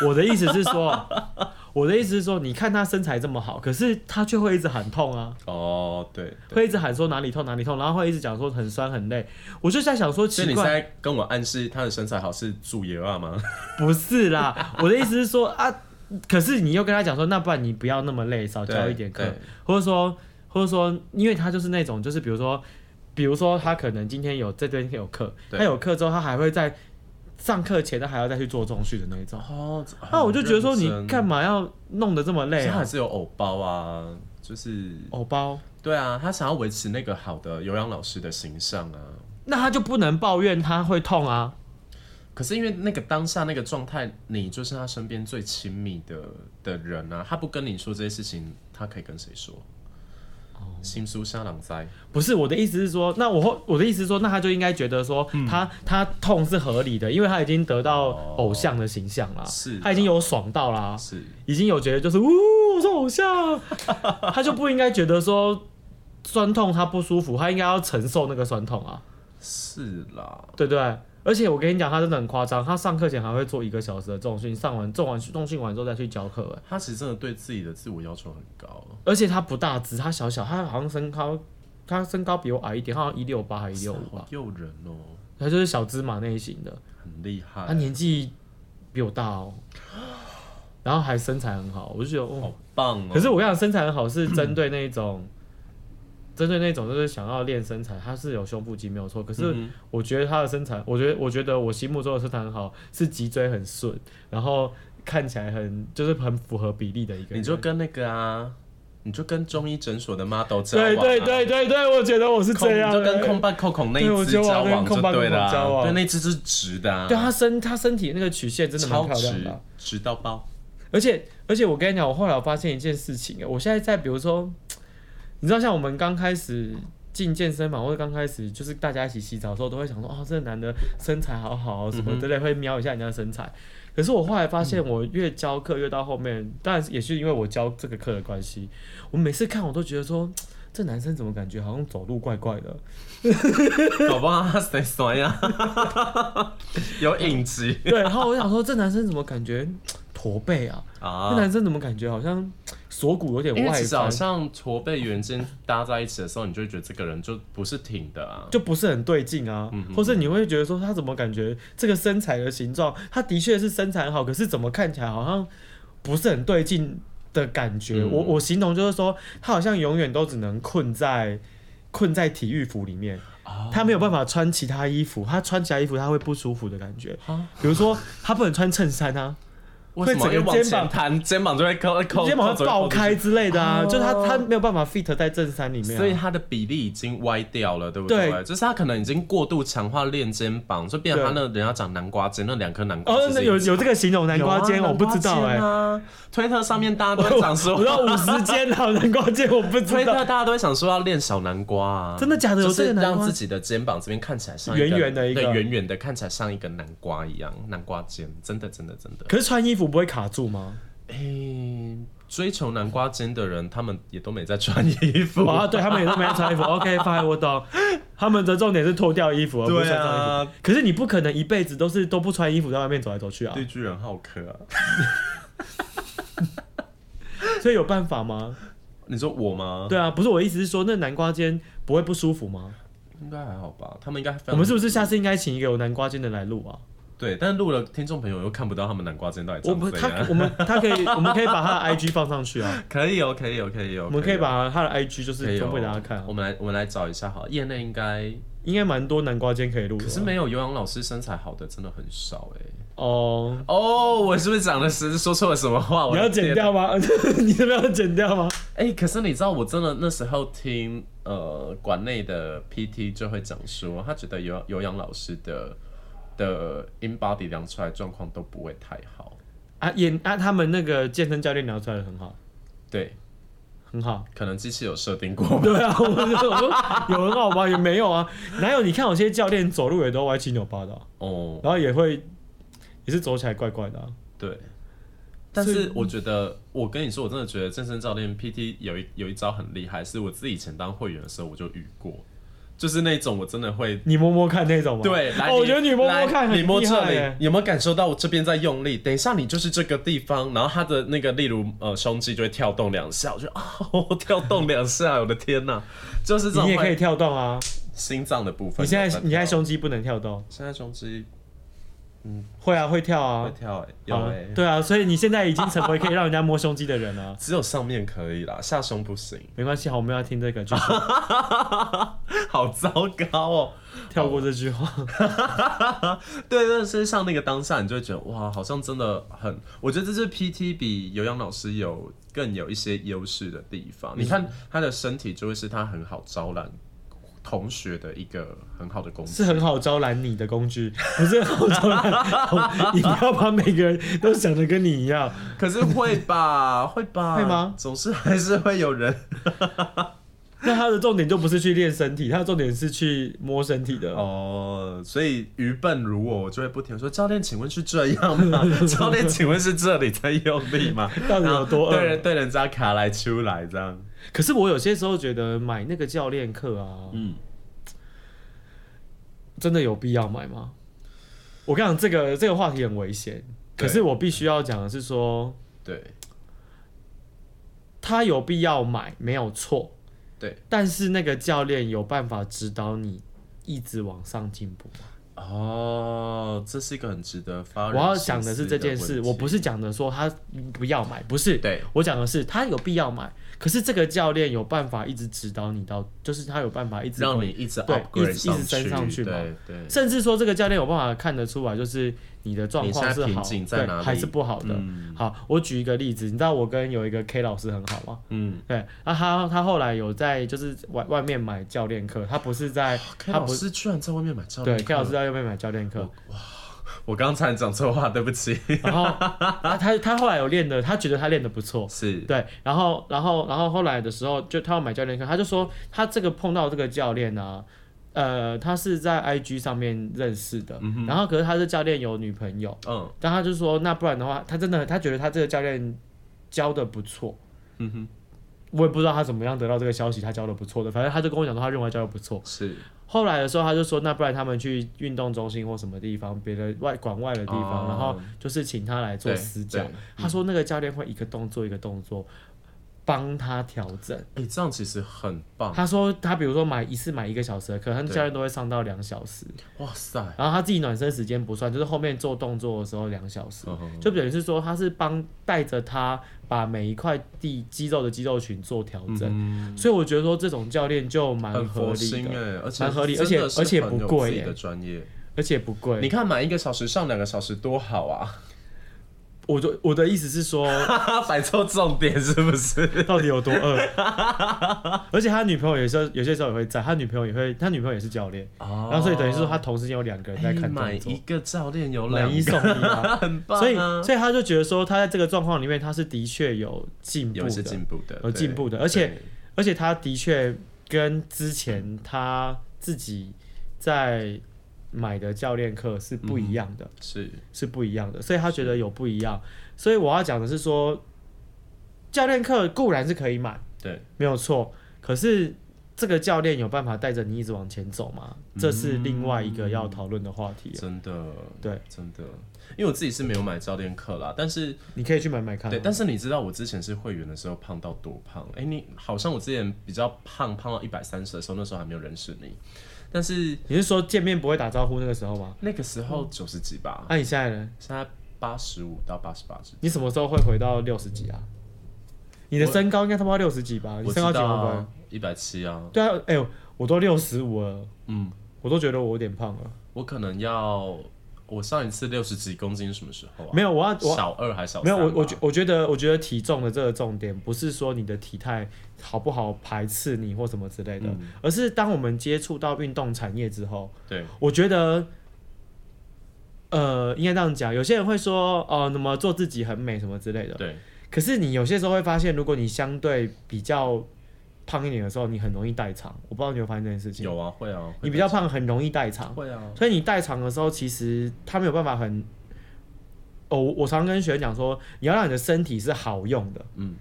[SPEAKER 3] 我的意思是说，我的意思是说，你看他身材这么好，可是他却会一直喊痛啊。
[SPEAKER 2] 哦，对，对
[SPEAKER 3] 会一直喊说哪里痛哪里痛，然后会一直讲说很酸很累。我就在想
[SPEAKER 2] 所
[SPEAKER 3] 说
[SPEAKER 2] 以
[SPEAKER 3] 奇
[SPEAKER 2] 你现
[SPEAKER 3] 怪，
[SPEAKER 2] 在跟我暗示他的身材好是主爷啊吗？
[SPEAKER 3] 不是啦，我的意思是说啊，可是你又跟他讲说，那不然你不要那么累，少哦教一点课
[SPEAKER 2] 对，
[SPEAKER 3] 或者说或者说，因为他就是那种就是比如说，比如说他可能今天有这边有课，
[SPEAKER 2] 对
[SPEAKER 3] 他有课之后他还会在上课前他还要再去做重训的那一种。
[SPEAKER 2] 哦，
[SPEAKER 3] 那、我就觉得说你
[SPEAKER 2] 认真
[SPEAKER 3] 干嘛要弄得这么累
[SPEAKER 2] 他还
[SPEAKER 3] 啊？
[SPEAKER 2] 是有偶包啊，就是
[SPEAKER 3] 偶包，
[SPEAKER 2] 对啊，他想要维持那个好的有氧老师的形象啊。
[SPEAKER 3] 那他就不能抱怨他会痛啊。
[SPEAKER 2] 可是因为那个当下那个状态，你就是他身边最亲密的的人啊，他不跟你说这些事情，他可以跟谁说？
[SPEAKER 3] 哦
[SPEAKER 2] 心苏沙朗哉，
[SPEAKER 3] 不是我的意思是说，那我后我的意思是说，那他就应该觉得说
[SPEAKER 2] 嗯
[SPEAKER 3] 他、他痛是合理的，因为他已经得到偶像的形象啦，
[SPEAKER 2] 哦
[SPEAKER 3] 啊
[SPEAKER 2] 是
[SPEAKER 3] 他已经有爽到啊啦，
[SPEAKER 2] 是
[SPEAKER 3] 已经有觉得就是呜，我是偶像，他就不应该觉得说酸痛他不舒服，他应该要承受那个酸痛啊，
[SPEAKER 2] 是啦，
[SPEAKER 3] 对不对？而且我跟你讲，他真的很夸张，他上课前还会做一个小时的重训，上完重完重训完之后再去教课、欸，
[SPEAKER 2] 他其实真的对自己的自我要求很高。
[SPEAKER 3] 而且他不大只，他小小，他好像身高他身高比我矮一点，他好像一六八还一六五吧
[SPEAKER 2] 好。诱人哦，
[SPEAKER 3] 他就是小芝麻类型的，
[SPEAKER 2] 很厉害，
[SPEAKER 3] 他年纪比我大哦，然后还身材很好，我就觉得哦。
[SPEAKER 2] 好棒哦。
[SPEAKER 3] 可是我跟你讲，身材很好是针对那种，
[SPEAKER 2] 嗯
[SPEAKER 3] 针对那种就是想要练身材，他是有胸部肌没有错。可是
[SPEAKER 2] 嗯
[SPEAKER 3] 我觉得他的身材，我觉得我觉得我心目中的身材很好是脊椎很顺，然后看起来很就是很符合比例的一个人。
[SPEAKER 2] 你就跟那个啊，你就跟中医诊所的 model 交往、啊，
[SPEAKER 3] 对对对对对，我觉得我是
[SPEAKER 2] 空，
[SPEAKER 3] 这样
[SPEAKER 2] 你就
[SPEAKER 3] 的，
[SPEAKER 2] 跟空半扣孔那
[SPEAKER 3] 对
[SPEAKER 2] 一
[SPEAKER 3] 我
[SPEAKER 2] 只
[SPEAKER 3] 觉得我
[SPEAKER 2] 交
[SPEAKER 3] 要跟
[SPEAKER 2] 往就
[SPEAKER 3] 空半
[SPEAKER 2] 对了、
[SPEAKER 3] 扣孔交
[SPEAKER 2] 啊，
[SPEAKER 3] 往
[SPEAKER 2] 对，那只是直的、啊，
[SPEAKER 3] 欸对他身他身体那个曲线真的蛮
[SPEAKER 2] 超
[SPEAKER 3] 漂亮
[SPEAKER 2] 直
[SPEAKER 3] 的啊。，
[SPEAKER 2] 直到爆， <laughs>
[SPEAKER 3] 而且而且我跟你讲，我后来我发现一件事情，啊我现在在比如说，你知道像我们刚开始进健身房，或者刚开始就是大家一起洗澡的时候，都会想说，哦，这个男的身材好好哦什么
[SPEAKER 2] 嗯
[SPEAKER 3] 之类，会瞄一下人家的身材。可是我后来发现，我越教课越到后面，当然也是因为我教这个课的关系，我每次看我都觉得说，这男生怎么感觉好像走路怪怪的？
[SPEAKER 2] 搞不好他谁酸 <laughs> 呀、有影集，
[SPEAKER 3] 对，然后我想说，这男生怎么感觉？驼背啊，
[SPEAKER 2] 啊
[SPEAKER 3] 那男生怎么感觉好像锁骨有点
[SPEAKER 2] 因为
[SPEAKER 3] 外
[SPEAKER 2] 其实好
[SPEAKER 3] 翻，
[SPEAKER 2] 像驼背圆肩搭在一起的时候，你就会觉得这个人就不是挺的啊。
[SPEAKER 3] 就不是很对劲啊，
[SPEAKER 2] 嗯嗯嗯
[SPEAKER 3] 或是你会觉得说他怎么感觉这个身材的形状，他的确是身材很好，可是怎么看起来好像不是很对劲的感觉。
[SPEAKER 2] 嗯
[SPEAKER 3] 我我形容就是说，他好像永远都只能困在困在体育服里面，
[SPEAKER 2] 哦
[SPEAKER 3] 他没有办法穿其他衣服，他穿其他衣服他会不舒服的感觉。
[SPEAKER 2] 啊，
[SPEAKER 3] 比如说他不能穿衬
[SPEAKER 2] <laughs>
[SPEAKER 3] 衫啊，
[SPEAKER 2] 为什么
[SPEAKER 3] 会整个
[SPEAKER 2] 因为往
[SPEAKER 3] 肩膀
[SPEAKER 2] 前弹，肩膀就会扣扣，
[SPEAKER 3] 肩膀
[SPEAKER 2] 扣
[SPEAKER 3] 会爆开。之类的啊，
[SPEAKER 2] 哦
[SPEAKER 3] 就是他他没有办法 fit 在衬衫里
[SPEAKER 2] 扣
[SPEAKER 3] 面、啊，
[SPEAKER 2] 所以他的比例已经歪掉了，对不对？
[SPEAKER 3] 对
[SPEAKER 2] 就是他可能已经过度强化练肩膀，就变成他那人家长南瓜肩，那两颗南瓜
[SPEAKER 3] 哦
[SPEAKER 2] 其，实
[SPEAKER 3] 那
[SPEAKER 2] 已经。
[SPEAKER 3] 有有这个形容南瓜肩，
[SPEAKER 2] 有啊
[SPEAKER 3] 我不知道哎、
[SPEAKER 2] 南瓜肩啊推特上面大家都会想说，
[SPEAKER 3] 我要五十肩啊，南瓜肩我
[SPEAKER 2] 推
[SPEAKER 3] 不知
[SPEAKER 2] 特
[SPEAKER 3] 道。
[SPEAKER 2] 大家都会想说要练小南瓜啊，
[SPEAKER 3] 真的假的有
[SPEAKER 2] 就
[SPEAKER 3] 这个
[SPEAKER 2] 是
[SPEAKER 3] 南瓜
[SPEAKER 2] 让自己的肩膀这边看起来像一个
[SPEAKER 3] 圆圆的一个
[SPEAKER 2] 对，圆圆的看起来像一个南瓜一样，南瓜肩，真的，真的，真的。
[SPEAKER 3] 可是穿衣服不会卡住吗？
[SPEAKER 2] 诶，追求南瓜肩的人，他们也都没在穿衣服
[SPEAKER 3] 啊，对他们也都没在
[SPEAKER 2] <laughs>
[SPEAKER 3] 穿衣服。OK fine，我懂。他们的重点是脱掉衣服，而不是
[SPEAKER 2] 对
[SPEAKER 3] 穿上衣
[SPEAKER 2] 啊
[SPEAKER 3] 服。，可是你不可能一辈子都是都不穿衣服在外面走来走去啊，
[SPEAKER 2] 绿巨人好客啊！
[SPEAKER 3] 所以有办法吗？
[SPEAKER 2] 你说我吗？，
[SPEAKER 3] 对啊，不是我的意思是说，那南瓜肩不会不舒服吗？
[SPEAKER 2] 应该还好吧？他们应该非常
[SPEAKER 3] 我们是不是下次应该请一个有南瓜肩的来录啊？
[SPEAKER 2] 对，但录了听众朋友又看不到他们南瓜肩到底
[SPEAKER 3] 我
[SPEAKER 2] 长
[SPEAKER 3] 们
[SPEAKER 2] 怎
[SPEAKER 3] 他
[SPEAKER 2] 样。
[SPEAKER 3] 我们他可以我们可以把他的 IG 放上去啊，
[SPEAKER 2] <laughs> 可以哦，可以哦，可以哦，
[SPEAKER 3] 我们可以
[SPEAKER 2] 哦
[SPEAKER 3] 把他的 IG 就是
[SPEAKER 2] 可以
[SPEAKER 3] 分
[SPEAKER 2] 哦
[SPEAKER 3] 给大家看啊啊
[SPEAKER 2] 我，们来我们来找一下好了，业内应该
[SPEAKER 3] 应该蛮多南瓜肩可以录的啊。
[SPEAKER 2] 可是没有有氧老师身材好的真的很少哎、
[SPEAKER 3] 哦，
[SPEAKER 2] 哦，我是不是讲的是说错了什么话？我
[SPEAKER 3] 你
[SPEAKER 2] 的
[SPEAKER 3] 要剪
[SPEAKER 2] 天
[SPEAKER 3] 掉吗？ <laughs> 你这边要剪掉吗？
[SPEAKER 2] 哎、可是你知道，我真的那时候听呃馆内的 PT 就会讲说，他觉得有有氧老师的的 in body 量出来状况都不会太好。
[SPEAKER 3] 啊，演啊，他们那个健身教练聊出来的很好，
[SPEAKER 2] 对，
[SPEAKER 3] 很好。
[SPEAKER 2] 可能机器有设定过吧。
[SPEAKER 3] <laughs> 对啊，我就 <laughs> 我说有很好吗？也没有啊，哪有？你看有些教练走路也都歪七扭八的啊、
[SPEAKER 2] 哦，
[SPEAKER 3] 然后也会也是走起来怪怪的、啊。
[SPEAKER 2] 对。但
[SPEAKER 3] 所以嗯
[SPEAKER 2] 是我觉得，我跟你说，我真的觉得健身教练 PT 有一有一招很厉害，是我自己以前当会员的时候我就遇过，就是那种我真的会
[SPEAKER 3] 你摸摸看那种吗？
[SPEAKER 2] 对，来，
[SPEAKER 3] 哦我
[SPEAKER 2] 你
[SPEAKER 3] 觉得你摸摸
[SPEAKER 2] 来
[SPEAKER 3] 看很
[SPEAKER 2] 你摸
[SPEAKER 3] 厉
[SPEAKER 2] 这
[SPEAKER 3] 害欸
[SPEAKER 2] 里
[SPEAKER 3] 耶，
[SPEAKER 2] 有没有感受到我这边在用力？等一下，你就是这个地方，然后他的那个，例如呃，胸肌就会跳动两下，我就啊、 <laughs> 哦，跳动两下，我的天哪，就是这种
[SPEAKER 3] 你也可以
[SPEAKER 2] 会
[SPEAKER 3] 跳动啊。
[SPEAKER 2] 心脏的部分
[SPEAKER 3] 你
[SPEAKER 2] 有在
[SPEAKER 3] 现
[SPEAKER 2] 跳。
[SPEAKER 3] 在你现在胸肌不能跳动，
[SPEAKER 2] 现在胸肌
[SPEAKER 3] 会啊，会跳
[SPEAKER 2] 会
[SPEAKER 3] 啊。
[SPEAKER 2] 跳、欸，有
[SPEAKER 3] 啊
[SPEAKER 2] 哎、
[SPEAKER 3] 对啊，所以你现在已经成为可以让人家摸胸肌的人了。
[SPEAKER 2] 只有上面可以啦，下胸不行， <laughs>
[SPEAKER 3] 没关系，好，我们要听这个， <laughs> 就是
[SPEAKER 2] 好糟糕哦。
[SPEAKER 3] 跳过这句话。
[SPEAKER 2] 对，但是像那个当下，你就会觉得哇，好像真的很，我觉得这是 PT 比有氧老师有更有一些优势的地方。
[SPEAKER 3] 嗯
[SPEAKER 2] 你看他的身体就会是他很好招揽同学的一个很好的工
[SPEAKER 3] <laughs>
[SPEAKER 2] 具
[SPEAKER 3] 是。很好招揽你的工具，不是很好招揽。 <laughs> 你不要把每个人都想的跟你一样。
[SPEAKER 2] 可是会吧，会吧，
[SPEAKER 3] 会吗
[SPEAKER 2] 总是还是会有人
[SPEAKER 3] 那他的重点就不是去练身体，他的重点是去摸身体的。
[SPEAKER 2] 哦，所以愚笨如我，我就会不停地说：“教练，请问是这样
[SPEAKER 3] <laughs>
[SPEAKER 2] 吗？教练，请问是这里在用力吗？
[SPEAKER 3] 到底有多
[SPEAKER 2] 然后对
[SPEAKER 3] 饿？
[SPEAKER 2] 人对人家卡来出来这样，
[SPEAKER 3] 可是我有些时候觉得买那个教练课啊，
[SPEAKER 2] 嗯，
[SPEAKER 3] 真的有必要买吗？我跟你讲，这个这个话题很危险。可
[SPEAKER 2] 对
[SPEAKER 3] 是我必须要讲的是说，
[SPEAKER 2] 对
[SPEAKER 3] 他有必要买没有错，
[SPEAKER 2] 对。”
[SPEAKER 3] 但是那个教练有办法指导你一直往上进步。
[SPEAKER 2] 哦，这是一个很值得发人
[SPEAKER 3] 我要
[SPEAKER 2] 深
[SPEAKER 3] 讲的是
[SPEAKER 2] 思
[SPEAKER 3] 这件事，
[SPEAKER 2] 问题
[SPEAKER 3] 我不是讲的说他不要买，不是，
[SPEAKER 2] 对
[SPEAKER 3] 我讲的是他有必要买，可是这个教练有办法一直指导你到，就是他有办法一直
[SPEAKER 2] 让你一直
[SPEAKER 3] 对
[SPEAKER 2] upgrade
[SPEAKER 3] 一直一直升上去嘛
[SPEAKER 2] 对对，
[SPEAKER 3] 甚至说这个教练有办法看得出来，就是你的状况
[SPEAKER 2] 你现
[SPEAKER 3] 是
[SPEAKER 2] 在
[SPEAKER 3] 好
[SPEAKER 2] 瓶颈在
[SPEAKER 3] 对
[SPEAKER 2] 哪里
[SPEAKER 3] 还是不好的。
[SPEAKER 2] 嗯
[SPEAKER 3] 好，我举一个例子，你知道我跟有一个 K 老师很好吗？
[SPEAKER 2] 嗯，
[SPEAKER 3] 对，那、他他后来有在就是外外面买教练课，他不是在、
[SPEAKER 2] K
[SPEAKER 3] 他
[SPEAKER 2] 老
[SPEAKER 3] 不哦是
[SPEAKER 2] 师居然在外面买照
[SPEAKER 3] 对
[SPEAKER 2] 片
[SPEAKER 3] K 老师，在外面买教练课，
[SPEAKER 2] 我刚才讲错话，对不
[SPEAKER 3] <laughs>
[SPEAKER 2] 起，
[SPEAKER 3] 然后啊他他他后来有练的，他觉得他练的不错，
[SPEAKER 2] 是
[SPEAKER 3] 对，然后，然后，然后后来的时候，就他要买教练课，他就说他这个碰到这个教练啊，呃，他是在 IG 上面认识的，然后可是他这教练有女朋友，
[SPEAKER 2] 嗯
[SPEAKER 3] 但他就说那不然的话，他真的他觉得他这个教练教的不错，
[SPEAKER 2] 嗯哼，
[SPEAKER 3] 我也不知道他怎么样得到这个消息，他教的不错的，反正他就跟我讲说他认为他教的不错，
[SPEAKER 2] 是
[SPEAKER 3] 后来的时候，他就说，那不然他们去运动中心或什么地方，别的外馆外的地方，
[SPEAKER 2] 哦
[SPEAKER 3] 然后就是请他来做
[SPEAKER 2] 对
[SPEAKER 3] 私教
[SPEAKER 2] 对。
[SPEAKER 3] 他说那个教练会一个动作一个动作帮他调整。
[SPEAKER 2] 哎、这样其实很棒。
[SPEAKER 3] 他说他比如说买一次买一个小时的课，可能
[SPEAKER 2] 哦对
[SPEAKER 3] 教练都会上到两小时，
[SPEAKER 2] 哇塞，
[SPEAKER 3] 然后他自己暖身时间不算，就是后面做动作的时候两小时。
[SPEAKER 2] 嗯
[SPEAKER 3] 就等于是说，他是帮带着他把每一块地肌肉的肌肉群做调整，
[SPEAKER 2] 嗯
[SPEAKER 3] 所以我觉得说这种教练就蛮
[SPEAKER 2] 很
[SPEAKER 3] 合
[SPEAKER 2] 佛
[SPEAKER 3] 理
[SPEAKER 2] 心哎、
[SPEAKER 3] 的，
[SPEAKER 2] 而且
[SPEAKER 3] 蛮合理
[SPEAKER 2] 真的
[SPEAKER 3] 而且
[SPEAKER 2] 是
[SPEAKER 3] 而且
[SPEAKER 2] 很
[SPEAKER 3] 不
[SPEAKER 2] 有
[SPEAKER 3] 贵
[SPEAKER 2] 自己
[SPEAKER 3] 耶
[SPEAKER 2] 的专业，
[SPEAKER 3] 而且不贵。
[SPEAKER 2] 你看满一个小时上两个小时多好啊！ <laughs>
[SPEAKER 3] 我就我的意思是说，
[SPEAKER 2] 摆错重点是不是？
[SPEAKER 3] 到底有多饿？ <laughs> 而且他女朋友有时候有些时候也会在，他女朋友也会，他女朋友也是教练，
[SPEAKER 2] 哦
[SPEAKER 3] 然后所以等于是说他同时间有两个人在
[SPEAKER 2] 哎
[SPEAKER 3] 看
[SPEAKER 2] 买
[SPEAKER 3] 动作
[SPEAKER 2] 一，个教练有
[SPEAKER 3] 买
[SPEAKER 2] 两
[SPEAKER 3] 一
[SPEAKER 2] 个，
[SPEAKER 3] 送一啊。
[SPEAKER 2] 很棒、啊。
[SPEAKER 3] 所以所以他就觉得说，他在这个状况里面，他是的确有进步
[SPEAKER 2] 有一些
[SPEAKER 3] 的，
[SPEAKER 2] 进步的，
[SPEAKER 3] 有
[SPEAKER 2] 对
[SPEAKER 3] 进步的而且
[SPEAKER 2] 对
[SPEAKER 3] 而且他的确跟之前他自己在买的教练课是不
[SPEAKER 2] 嗯
[SPEAKER 3] 一样的。
[SPEAKER 2] 是
[SPEAKER 3] 是不一样的，所以他觉得有不一样。所以我要讲的是说，教练课固然是可以买，
[SPEAKER 2] 对，
[SPEAKER 3] 没有错，可是这个教练有办法带着你一直往前走吗？
[SPEAKER 2] 嗯
[SPEAKER 3] 这是另外一个要讨论的话题了。啊
[SPEAKER 2] 真的
[SPEAKER 3] 对，
[SPEAKER 2] 真的，因为我自己是没有买教练课啦，但是
[SPEAKER 3] 你可以去买买看啊。
[SPEAKER 2] 对，但是你知道我之前是会员的时候胖到多胖？哎、你好像我之前比较胖，胖到一百三十的时候，那时候还没有认识你，但是
[SPEAKER 3] 你是说见面不会打招呼那个时候吗？啊
[SPEAKER 2] 那个时候九十几吧，
[SPEAKER 3] 那、你现在呢？
[SPEAKER 2] 现在八十五到八十八之间。
[SPEAKER 3] 你什么时候会回到六十几啊？你的
[SPEAKER 2] 我
[SPEAKER 3] 身高应该他妈六十几吧？你
[SPEAKER 2] 啊我
[SPEAKER 3] 身高
[SPEAKER 2] 知
[SPEAKER 3] 几公
[SPEAKER 2] 道
[SPEAKER 3] 分？
[SPEAKER 2] 一百七啊，
[SPEAKER 3] 对啊，哎、呦，我都六十五了，
[SPEAKER 2] 嗯，
[SPEAKER 3] 我都觉得我有点胖了。
[SPEAKER 2] 我可能要我上一次六十几公斤是什么时候啊？
[SPEAKER 3] 没有，我要我
[SPEAKER 2] 小二还小
[SPEAKER 3] 没有，
[SPEAKER 2] 三啊
[SPEAKER 3] 我
[SPEAKER 2] 吧
[SPEAKER 3] 我觉我觉得我觉得体重的这个重点不是说你的体态好不好排斥你或什么之类的，
[SPEAKER 2] 嗯
[SPEAKER 3] 而是当我们接触到运动产业之后，
[SPEAKER 2] 对
[SPEAKER 3] 我觉得，呃，应该这样讲，有些人会说哦，那么做自己很美什么之类的，
[SPEAKER 2] 对，
[SPEAKER 3] 可是你有些时候会发现，如果你相对比较胖一点的时候，你很容易代偿。我不知道你有没有发现这件事情，
[SPEAKER 2] 有啊，会啊，
[SPEAKER 3] 你
[SPEAKER 2] 会
[SPEAKER 3] 比较胖很容易代偿。
[SPEAKER 2] 会啊，
[SPEAKER 3] 所以你代偿的时候，其实他没有办法很。哦，我我常跟学员讲说，你要让你的身体是好用的，
[SPEAKER 2] 嗯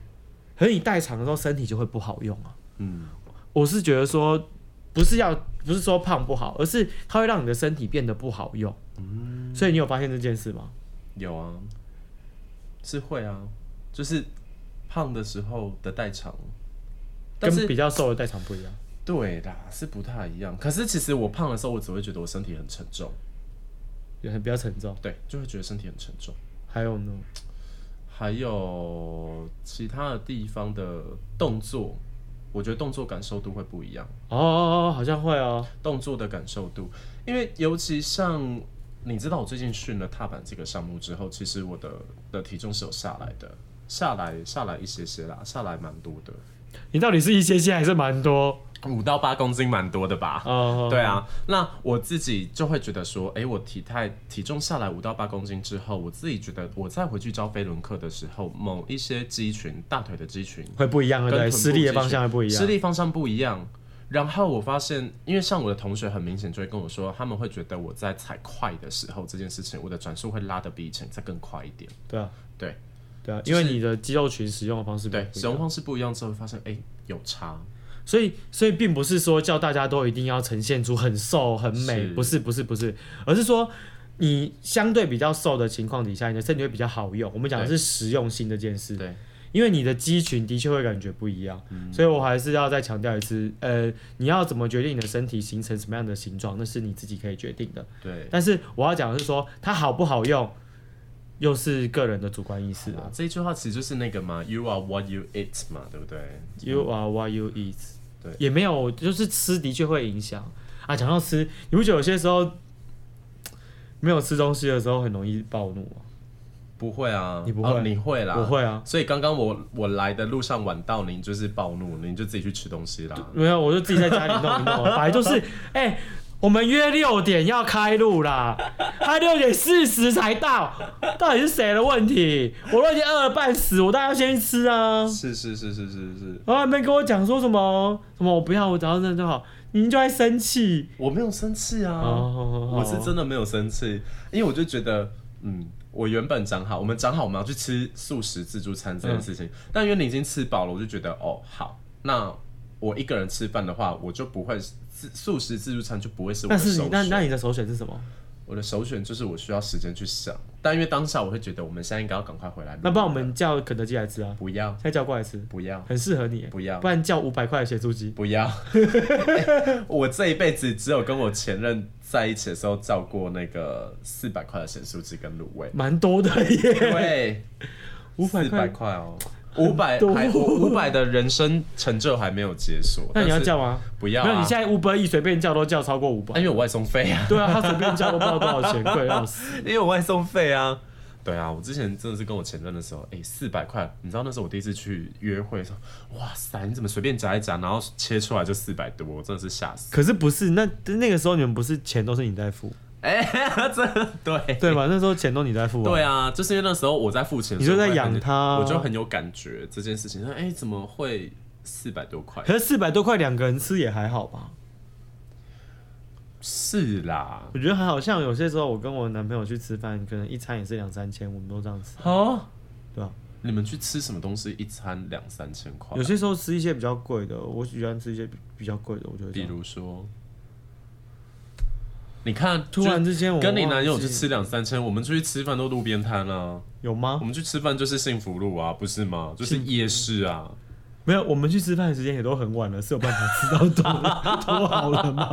[SPEAKER 3] 可是你代偿的时候，身体就会不好用啊。
[SPEAKER 2] 嗯，
[SPEAKER 3] 我是觉得说，不是要不是说胖不好，而是它会让你的身体变得不好用。所以你有发现这件事吗？
[SPEAKER 2] 有啊，是会啊，就是胖的时候的代偿，但
[SPEAKER 3] 跟
[SPEAKER 2] 是
[SPEAKER 3] 比较瘦的代偿不一样。
[SPEAKER 2] 对啦，是不太一样。可是其实我胖的时候，我只会觉得我身体很沉重，
[SPEAKER 3] 也很比较沉重，
[SPEAKER 2] 对，就会觉得身体很沉重。
[SPEAKER 3] 还有呢，
[SPEAKER 2] 还有其他的地方的动作，我觉得动作感受度会不一样，
[SPEAKER 3] 哦哦哦，好像会哦，
[SPEAKER 2] 动作的感受度，因为尤其像你知道，我最近训了踏板这个项目之后，其实我的的体重是有下来的，下来下来一些些啦，下来蛮多的，
[SPEAKER 3] 你到底是一些些还是蛮多？
[SPEAKER 2] 五到八公斤蛮多的吧。
[SPEAKER 3] 哦，
[SPEAKER 2] 对，啊，那我自己就会觉得说，诶，我体态体重下来五到八公斤之后，我自己觉得我再回去教飞轮课的时候，某一些肌群，大腿的肌群
[SPEAKER 3] 会不一样，对不
[SPEAKER 2] 跟臀
[SPEAKER 3] 对？
[SPEAKER 2] 部
[SPEAKER 3] 施力的
[SPEAKER 2] 肌
[SPEAKER 3] 方向会不一样
[SPEAKER 2] 施。力方向不一样。然后我发现，因为像我的同学很明显就会跟我说，他们会觉得我在踩快的时候这件事情，我的转速会拉得比以前再更快一点。
[SPEAKER 3] 对啊，
[SPEAKER 2] 对
[SPEAKER 3] 对啊，因
[SPEAKER 2] 就是
[SPEAKER 3] 为你的肌肉群使用的方式不一
[SPEAKER 2] 对
[SPEAKER 3] 样，
[SPEAKER 2] 使用方式不一样之后，发现哎有差。
[SPEAKER 3] 所以所以并不是说叫大家都一定要呈现出很瘦很美，
[SPEAKER 2] 是
[SPEAKER 3] 不是不是不是，而是说你相对比较瘦的情况底下，你的身体会比较好用。我们讲的是实用性这件事，
[SPEAKER 2] 对，
[SPEAKER 3] 因为你的肌群的确会感觉不一样，所以我还是要再强调一次，呃，你要怎么决定你的身体形成什么样的形状，那是你自己可以决定的。
[SPEAKER 2] 对，
[SPEAKER 3] 但是我要讲的是说，它好不好用，又是个人的主观意
[SPEAKER 2] 是
[SPEAKER 3] 识了
[SPEAKER 2] 啊。，这一句话其实就是那个嘛，You are what you eat 嘛，对不对？
[SPEAKER 3] You are what you eat。
[SPEAKER 2] 对
[SPEAKER 3] 也没有，就是吃的确会影响啊。讲到吃，你不觉得有些时候没有吃东西的时候很容易暴怒吗？
[SPEAKER 2] 不会啊，
[SPEAKER 3] 你不会
[SPEAKER 2] 哦你会啦，
[SPEAKER 3] 我。会啊，
[SPEAKER 2] 所以刚刚我我来的路上晚到，你就是暴怒，你就自己去吃东西啦。
[SPEAKER 3] 没有，我就自己在家里弄一
[SPEAKER 2] <laughs>
[SPEAKER 3] 弄啊。本来就是，哎、我们约六点要开录啦，他六点四十才到，到底是谁的问题？我都已经饿了半死，我当然要先去吃啊。
[SPEAKER 2] 是是是是是是，
[SPEAKER 3] 然后还没跟我讲说什么什么，我不要，我早上真的就好。您就在生气
[SPEAKER 2] 我没有生气啊。
[SPEAKER 3] 哦
[SPEAKER 2] 我是真的没有生气，因为我就觉得，嗯，我原本讲好，我们讲好我们要去
[SPEAKER 3] 嗯
[SPEAKER 2] 吃素食自助餐这件事情，但因为你已经吃饱了，我就觉得，哦，好，那我我一个人吃饭的话，我就不会自素食自助餐就不会是我
[SPEAKER 3] 那
[SPEAKER 2] 的
[SPEAKER 3] 是
[SPEAKER 2] 首
[SPEAKER 3] 你那那
[SPEAKER 2] 选。
[SPEAKER 3] 你的首选是什么？
[SPEAKER 2] 我的首选就是我需要时间去想，但因为当下我会觉得我们现在应该要赶快回来录了。
[SPEAKER 3] 那不然我们叫肯德基来吃啊，
[SPEAKER 2] 不要
[SPEAKER 3] 现在叫过来吃，
[SPEAKER 2] 不要
[SPEAKER 3] 很适合你耶。
[SPEAKER 2] 不要
[SPEAKER 3] 不然叫五百块的咸酥鸡，，
[SPEAKER 2] 不要、 <laughs> 我这一辈子只有跟我前任在一起的时候叫过那个四百块的咸酥鸡跟卤味
[SPEAKER 3] 蛮多的耶， <laughs>
[SPEAKER 2] 对，
[SPEAKER 3] 五百
[SPEAKER 2] 四百
[SPEAKER 3] 块。
[SPEAKER 2] 块哦。五百
[SPEAKER 3] 多
[SPEAKER 2] 还五百的人生成就还没有解锁，
[SPEAKER 3] 那你要
[SPEAKER 2] 但是
[SPEAKER 3] 叫吗？
[SPEAKER 2] 不要、啊？
[SPEAKER 3] 没有，你现在 Uber E 随便叫都叫超过五
[SPEAKER 2] 啊
[SPEAKER 3] 百。 <laughs>
[SPEAKER 2] 因为我外送费啊， <laughs>
[SPEAKER 3] 对啊，他随便叫都不知道多少钱，贵要死。
[SPEAKER 2] 因为我外送费啊。对啊，我之前真的是跟我前任的时候，哎、四百块，你知道那是我第一次去约会的时候，哇塞，你怎么随便夹一夹，然后切出来就四百多，我真的是吓死。 <laughs>
[SPEAKER 3] 可是不是那那个时候你们不是钱都是你在付，
[SPEAKER 2] 哎、真对
[SPEAKER 3] 对吧？那时候钱都你在付哎啊。
[SPEAKER 2] 对啊，就是因为那时候我在付钱的
[SPEAKER 3] 你
[SPEAKER 2] 时候，
[SPEAKER 3] 就在
[SPEAKER 2] 我会很
[SPEAKER 3] 养他啊
[SPEAKER 2] 我就很有感觉这件事情。说哎、怎么会四百多块？
[SPEAKER 3] 可是四百多块两个人吃也还好吧？
[SPEAKER 2] 是啦，
[SPEAKER 3] 我觉得还好像有些时候我跟我男朋友去吃饭，可能一餐也是两三千，我们都这样吃，
[SPEAKER 2] 哦，
[SPEAKER 3] 对吧、
[SPEAKER 2] 你们去吃什么东西，一餐两三千块
[SPEAKER 3] 有？些时候吃一些比较贵的，我喜欢吃一些比比较贵的，我觉得。
[SPEAKER 2] 比，如说，你看，
[SPEAKER 3] 突然之间我
[SPEAKER 2] 跟你男友
[SPEAKER 3] 忘记
[SPEAKER 2] 去吃两三千，我们出去吃饭都路边摊啊，
[SPEAKER 3] 有吗
[SPEAKER 2] 我？们去吃饭就是幸福路啊，不是吗？就是夜市啊，
[SPEAKER 3] 没有，我们去吃饭的时间也都很晚了，是有办法吃 <laughs> 到多多好了吗？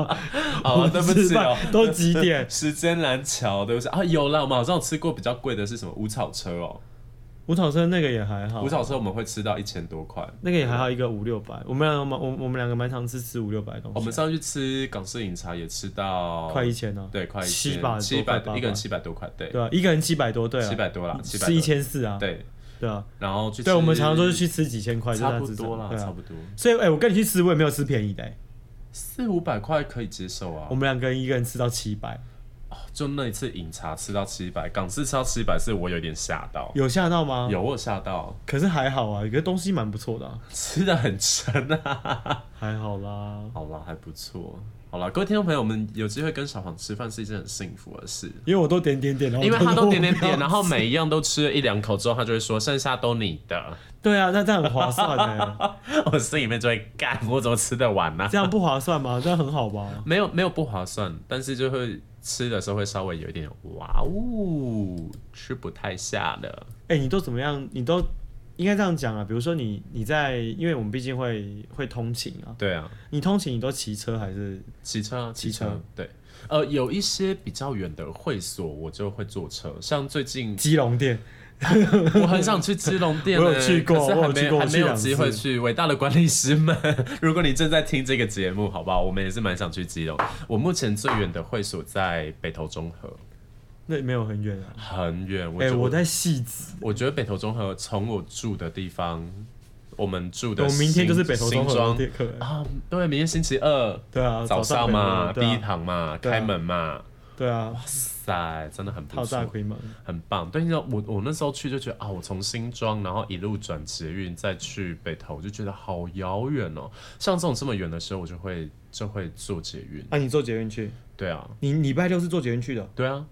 [SPEAKER 2] 好啊
[SPEAKER 3] <laughs> 我们
[SPEAKER 2] 对不起
[SPEAKER 3] 吃饭
[SPEAKER 2] 哦？
[SPEAKER 3] 都几
[SPEAKER 2] <laughs>
[SPEAKER 3] 点
[SPEAKER 2] 时间蓝桥对不对？啊，有啦，我们好像有吃过比较贵的是什么五草车哦，
[SPEAKER 3] 五草生那个也还好
[SPEAKER 2] 五，草车我们会吃到一千多块。
[SPEAKER 3] 那个也还好，一个五六百。我们两个蛮我我们两个蛮常吃吃五六百的东西，啊
[SPEAKER 2] 我们上次去吃港式饮茶也吃到
[SPEAKER 3] 快一千呢。
[SPEAKER 2] 对，快一
[SPEAKER 3] 七
[SPEAKER 2] 千
[SPEAKER 3] 百多
[SPEAKER 2] 七
[SPEAKER 3] 快
[SPEAKER 2] 百
[SPEAKER 3] 八百
[SPEAKER 2] 一个人七百多块，对
[SPEAKER 3] 对啊，一个人七百多，对啊，
[SPEAKER 2] 七百多啦，七百
[SPEAKER 3] 是一千四啊，
[SPEAKER 2] 对，
[SPEAKER 3] 对啊，
[SPEAKER 2] 然后去吃
[SPEAKER 3] 对，我们常常都是去吃几千块，就
[SPEAKER 2] 差
[SPEAKER 3] 在
[SPEAKER 2] 不
[SPEAKER 3] 吃
[SPEAKER 2] 多
[SPEAKER 3] 上
[SPEAKER 2] 啦，
[SPEAKER 3] 对
[SPEAKER 2] 差
[SPEAKER 3] 啊。
[SPEAKER 2] 不多
[SPEAKER 3] 所以，哎、我跟你去吃，我也没有吃便宜的、哎
[SPEAKER 2] 四五百块可以接受啊
[SPEAKER 3] 我。们两个人一个人吃到七百，
[SPEAKER 2] 就那一次饮茶吃到七百，港式吃到七百，是我有点吓到，
[SPEAKER 3] 有啊吓到吗？。
[SPEAKER 2] 有我有吓到，
[SPEAKER 3] 可是还好啊，有个东西蛮不错的、啊，
[SPEAKER 2] 吃的很撑啊。
[SPEAKER 3] 还好啦。
[SPEAKER 2] 好啦，还不错。好啦，各位听众朋友我们，有机会跟小黄吃饭是一件很幸福的事，
[SPEAKER 3] 因为我都点点点，然后
[SPEAKER 2] 因为他都点点
[SPEAKER 3] 我不
[SPEAKER 2] 点，
[SPEAKER 3] 要
[SPEAKER 2] 然后每一样都吃了一两口之后，他就会说剩下都你的。
[SPEAKER 3] 对啊，那这样很划算呢、
[SPEAKER 2] 我心里面就会干，我怎么吃得完呢、
[SPEAKER 3] <laughs> 这样不划算吗？这样很好 <laughs> 吧？
[SPEAKER 2] 没有没有不划算，但是就会吃的时候会稍微有一点哇哦，吃不太下了。
[SPEAKER 3] 哎、你都怎么样？你都应该这样讲啊。比如说你你在，因为我们毕竟会会通勤啊，
[SPEAKER 2] 对啊，
[SPEAKER 3] 你通勤你都骑车还是
[SPEAKER 2] 骑车啊，
[SPEAKER 3] 骑
[SPEAKER 2] 骑
[SPEAKER 3] 车
[SPEAKER 2] 车，对，呃，有一些比较远的会所，我就会坐车。像最 <laughs> 近
[SPEAKER 3] 基隆店？
[SPEAKER 2] 我很想去基隆店、欸，
[SPEAKER 3] 我有去过
[SPEAKER 2] 可是
[SPEAKER 3] 我
[SPEAKER 2] 还
[SPEAKER 3] 有去
[SPEAKER 2] 没
[SPEAKER 3] 过
[SPEAKER 2] 还没
[SPEAKER 3] 我去
[SPEAKER 2] 有
[SPEAKER 3] 两次
[SPEAKER 2] 机会去。伟大的管理师们， <laughs> 如果你正在听这个节目，好不好？我们也是蛮想去基隆。我目前最远的会所在北投中和，
[SPEAKER 3] 那没有很远啊。
[SPEAKER 2] 很远。我
[SPEAKER 3] 哎、
[SPEAKER 2] 觉得
[SPEAKER 3] 我在戏子，
[SPEAKER 2] 我觉得北投中和从我住的地方，我们住的
[SPEAKER 3] 我
[SPEAKER 2] 新，
[SPEAKER 3] 明天就是北投综
[SPEAKER 2] 新
[SPEAKER 3] 合
[SPEAKER 2] 庄
[SPEAKER 3] 的课。
[SPEAKER 2] 啊，对，明天星期二
[SPEAKER 3] 对 <laughs> 啊，
[SPEAKER 2] 早上嘛，
[SPEAKER 3] 北投
[SPEAKER 2] 第
[SPEAKER 3] 对
[SPEAKER 2] 一
[SPEAKER 3] 啊，
[SPEAKER 2] 堂嘛，
[SPEAKER 3] 对啊
[SPEAKER 2] 开门嘛，
[SPEAKER 3] 对啊，
[SPEAKER 2] 塞，真的很不
[SPEAKER 3] 套炸
[SPEAKER 2] 错，
[SPEAKER 3] 亏嘛。
[SPEAKER 2] 很棒。对，你知道我我那时候去就觉得啊，我从新庄然后一路转捷运再去北投，我就觉得好遥远哦。像这种这么远的时候，我就会就会坐捷运。
[SPEAKER 3] 啊，你坐捷运去？
[SPEAKER 2] 对啊，
[SPEAKER 3] 你礼拜六是坐捷运去的？
[SPEAKER 2] 对啊，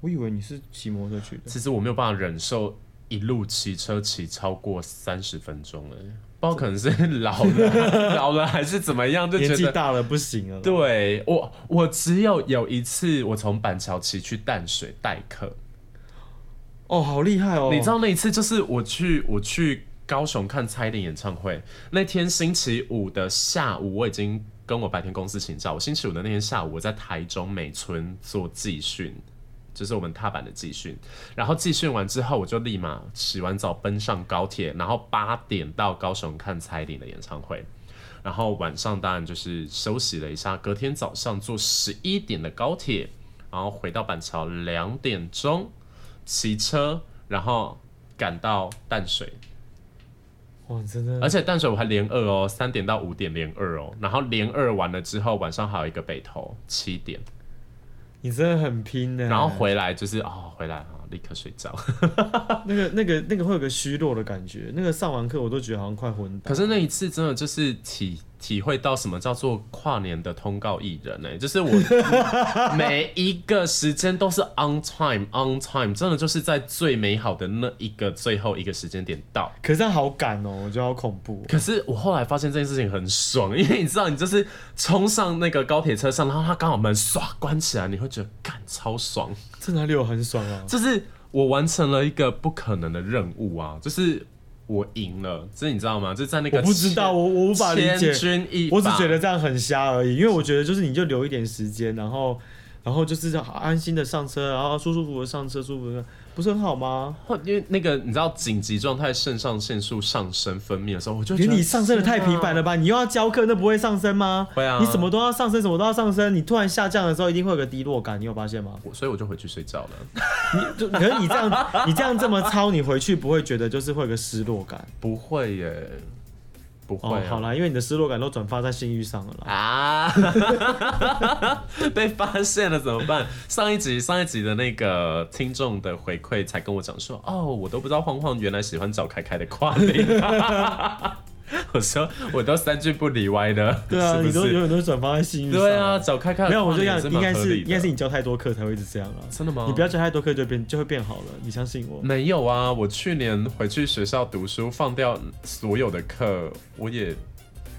[SPEAKER 3] 我以为你是骑摩托车去的。
[SPEAKER 2] 其实我没有办法忍受一路骑车骑超过三十分钟哎、不知道可能是老了，老了还是怎么样，就
[SPEAKER 3] 年
[SPEAKER 2] 觉
[SPEAKER 3] 纪
[SPEAKER 2] 得。
[SPEAKER 3] 大了不行了。
[SPEAKER 2] 对我，我只有有一次，我从板桥骑去淡水代课，
[SPEAKER 3] 哦，好厉害哦！
[SPEAKER 2] 你知道那一次就是我去我去高雄看蔡依林演唱会，那天星期五的下午，我已经跟我白天公司请假，我星期五的那天下午我在台中美村做集训。就是我们踏板的集训，然后集训完之后，我就立马洗完澡奔上高铁，然后八点到高雄看蔡依林的演唱会，然后晚上当然就是休息了一下，隔天早上坐十一点的高铁，然后回到板桥两点钟，骑车，然后赶到淡水，
[SPEAKER 3] 哇，真的
[SPEAKER 2] 而且淡水我还连二哦，三点到五点连二哦，然后连二完了之后，晚上还有一个北投七点，
[SPEAKER 3] 你真的很拼呢。
[SPEAKER 2] 然后回来就是哦，回来啊、哦，立刻睡 <laughs> 觉。
[SPEAKER 3] 那个那个那个会有个虚弱的感觉，那个上完课我都觉得好像快昏倒。
[SPEAKER 2] 可是那一次真的就是体体会到什么叫做跨年的通告艺人呢、就是我 <laughs> 每一个时间都是 on time on time，真的就是在最美好的那一个最后一个时间点到。
[SPEAKER 3] 可是这样好赶哦，我觉得好恐怖哦、
[SPEAKER 2] 可是我后来发现这件事情很爽， <laughs> 因为你知道，你就是冲上那个高铁车上，然后它刚好门唰关起来，你会觉得干超爽。
[SPEAKER 3] 这哪里有很爽啊？
[SPEAKER 2] 就是我完成了一个不可能的任务啊，就是我赢了，这你知道吗？就在那个
[SPEAKER 3] 我不知道，
[SPEAKER 2] 千
[SPEAKER 3] 我我无法理解
[SPEAKER 2] 千。钧一发，
[SPEAKER 3] 我只觉得这样很瞎而已，因为我觉得就是你就留一点时间，然后然后就是好安心的上车，然后舒舒服服的上车，舒服的不是很好吗？
[SPEAKER 2] 或因为那个你知道紧急状态肾上腺素上升分泌的时候，我就
[SPEAKER 3] 我
[SPEAKER 2] 觉
[SPEAKER 3] 觉
[SPEAKER 2] 得
[SPEAKER 3] 得你上升的太频繁了
[SPEAKER 2] 吧？
[SPEAKER 3] 吧？你又要教课，那不会上升吗？
[SPEAKER 2] 会啊
[SPEAKER 3] 你什么都要上升，什么都要上升，你突然下降的时候一定会有个低落感，你有发现吗？
[SPEAKER 2] 我所以我就回去睡觉了，
[SPEAKER 3] 你就可是你这样 <laughs> 你这样这么操，你回去不会觉得就是会有个失落感？
[SPEAKER 2] 不会耶，不会、
[SPEAKER 3] 哦，好啦，因为你的失落感都转发在性欲上了啦。
[SPEAKER 2] 啊！ <laughs> 被发现了怎么办？上一集上一集的那个听众的回馈才跟我讲说，哦，我都不知道晃晃原来喜欢找凯凯的跨年。 <laughs> 我说我都三句不离歪的，
[SPEAKER 3] 对啊，
[SPEAKER 2] 是
[SPEAKER 3] 你
[SPEAKER 2] 不
[SPEAKER 3] 都
[SPEAKER 2] 是？
[SPEAKER 3] 永远都转发在性欲上。
[SPEAKER 2] 对啊，，找凯凯的
[SPEAKER 3] 没有，我就
[SPEAKER 2] 跨
[SPEAKER 3] 讲
[SPEAKER 2] 年也
[SPEAKER 3] 应该
[SPEAKER 2] 蛮合理
[SPEAKER 3] 是
[SPEAKER 2] 的哦
[SPEAKER 3] 应该是你教太多课才会一直这样了。
[SPEAKER 2] 真的吗？
[SPEAKER 3] 你不要教太多课就变就会变好了，你相信我。
[SPEAKER 2] 没有啊，我去年回去学校读书，放掉所有的课，我也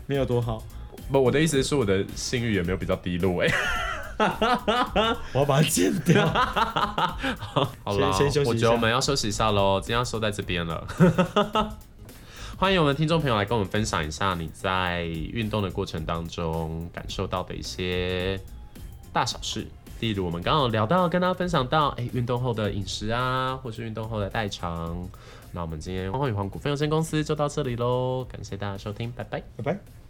[SPEAKER 3] 没有多好，
[SPEAKER 2] 不，我的意思是说我的性欲也没有比较低落哎、
[SPEAKER 3] 我要把它剪
[SPEAKER 2] <laughs>
[SPEAKER 3] 掉。
[SPEAKER 2] 好啦，
[SPEAKER 3] 先先休息一下
[SPEAKER 2] 我觉得我们要休息一下喽，今天要收在这边了。 <laughs> 欢迎我们听众朋友来跟我们分享一下你在运动的过程当中感受到的一些大小事，例如我们刚刚有聊到跟大家分享到，哎、运动后的饮食啊，或是运动后的代偿。那我们今天光华与黄股份有限公司就到这里喽，感谢大家收听，拜拜。
[SPEAKER 3] 拜拜。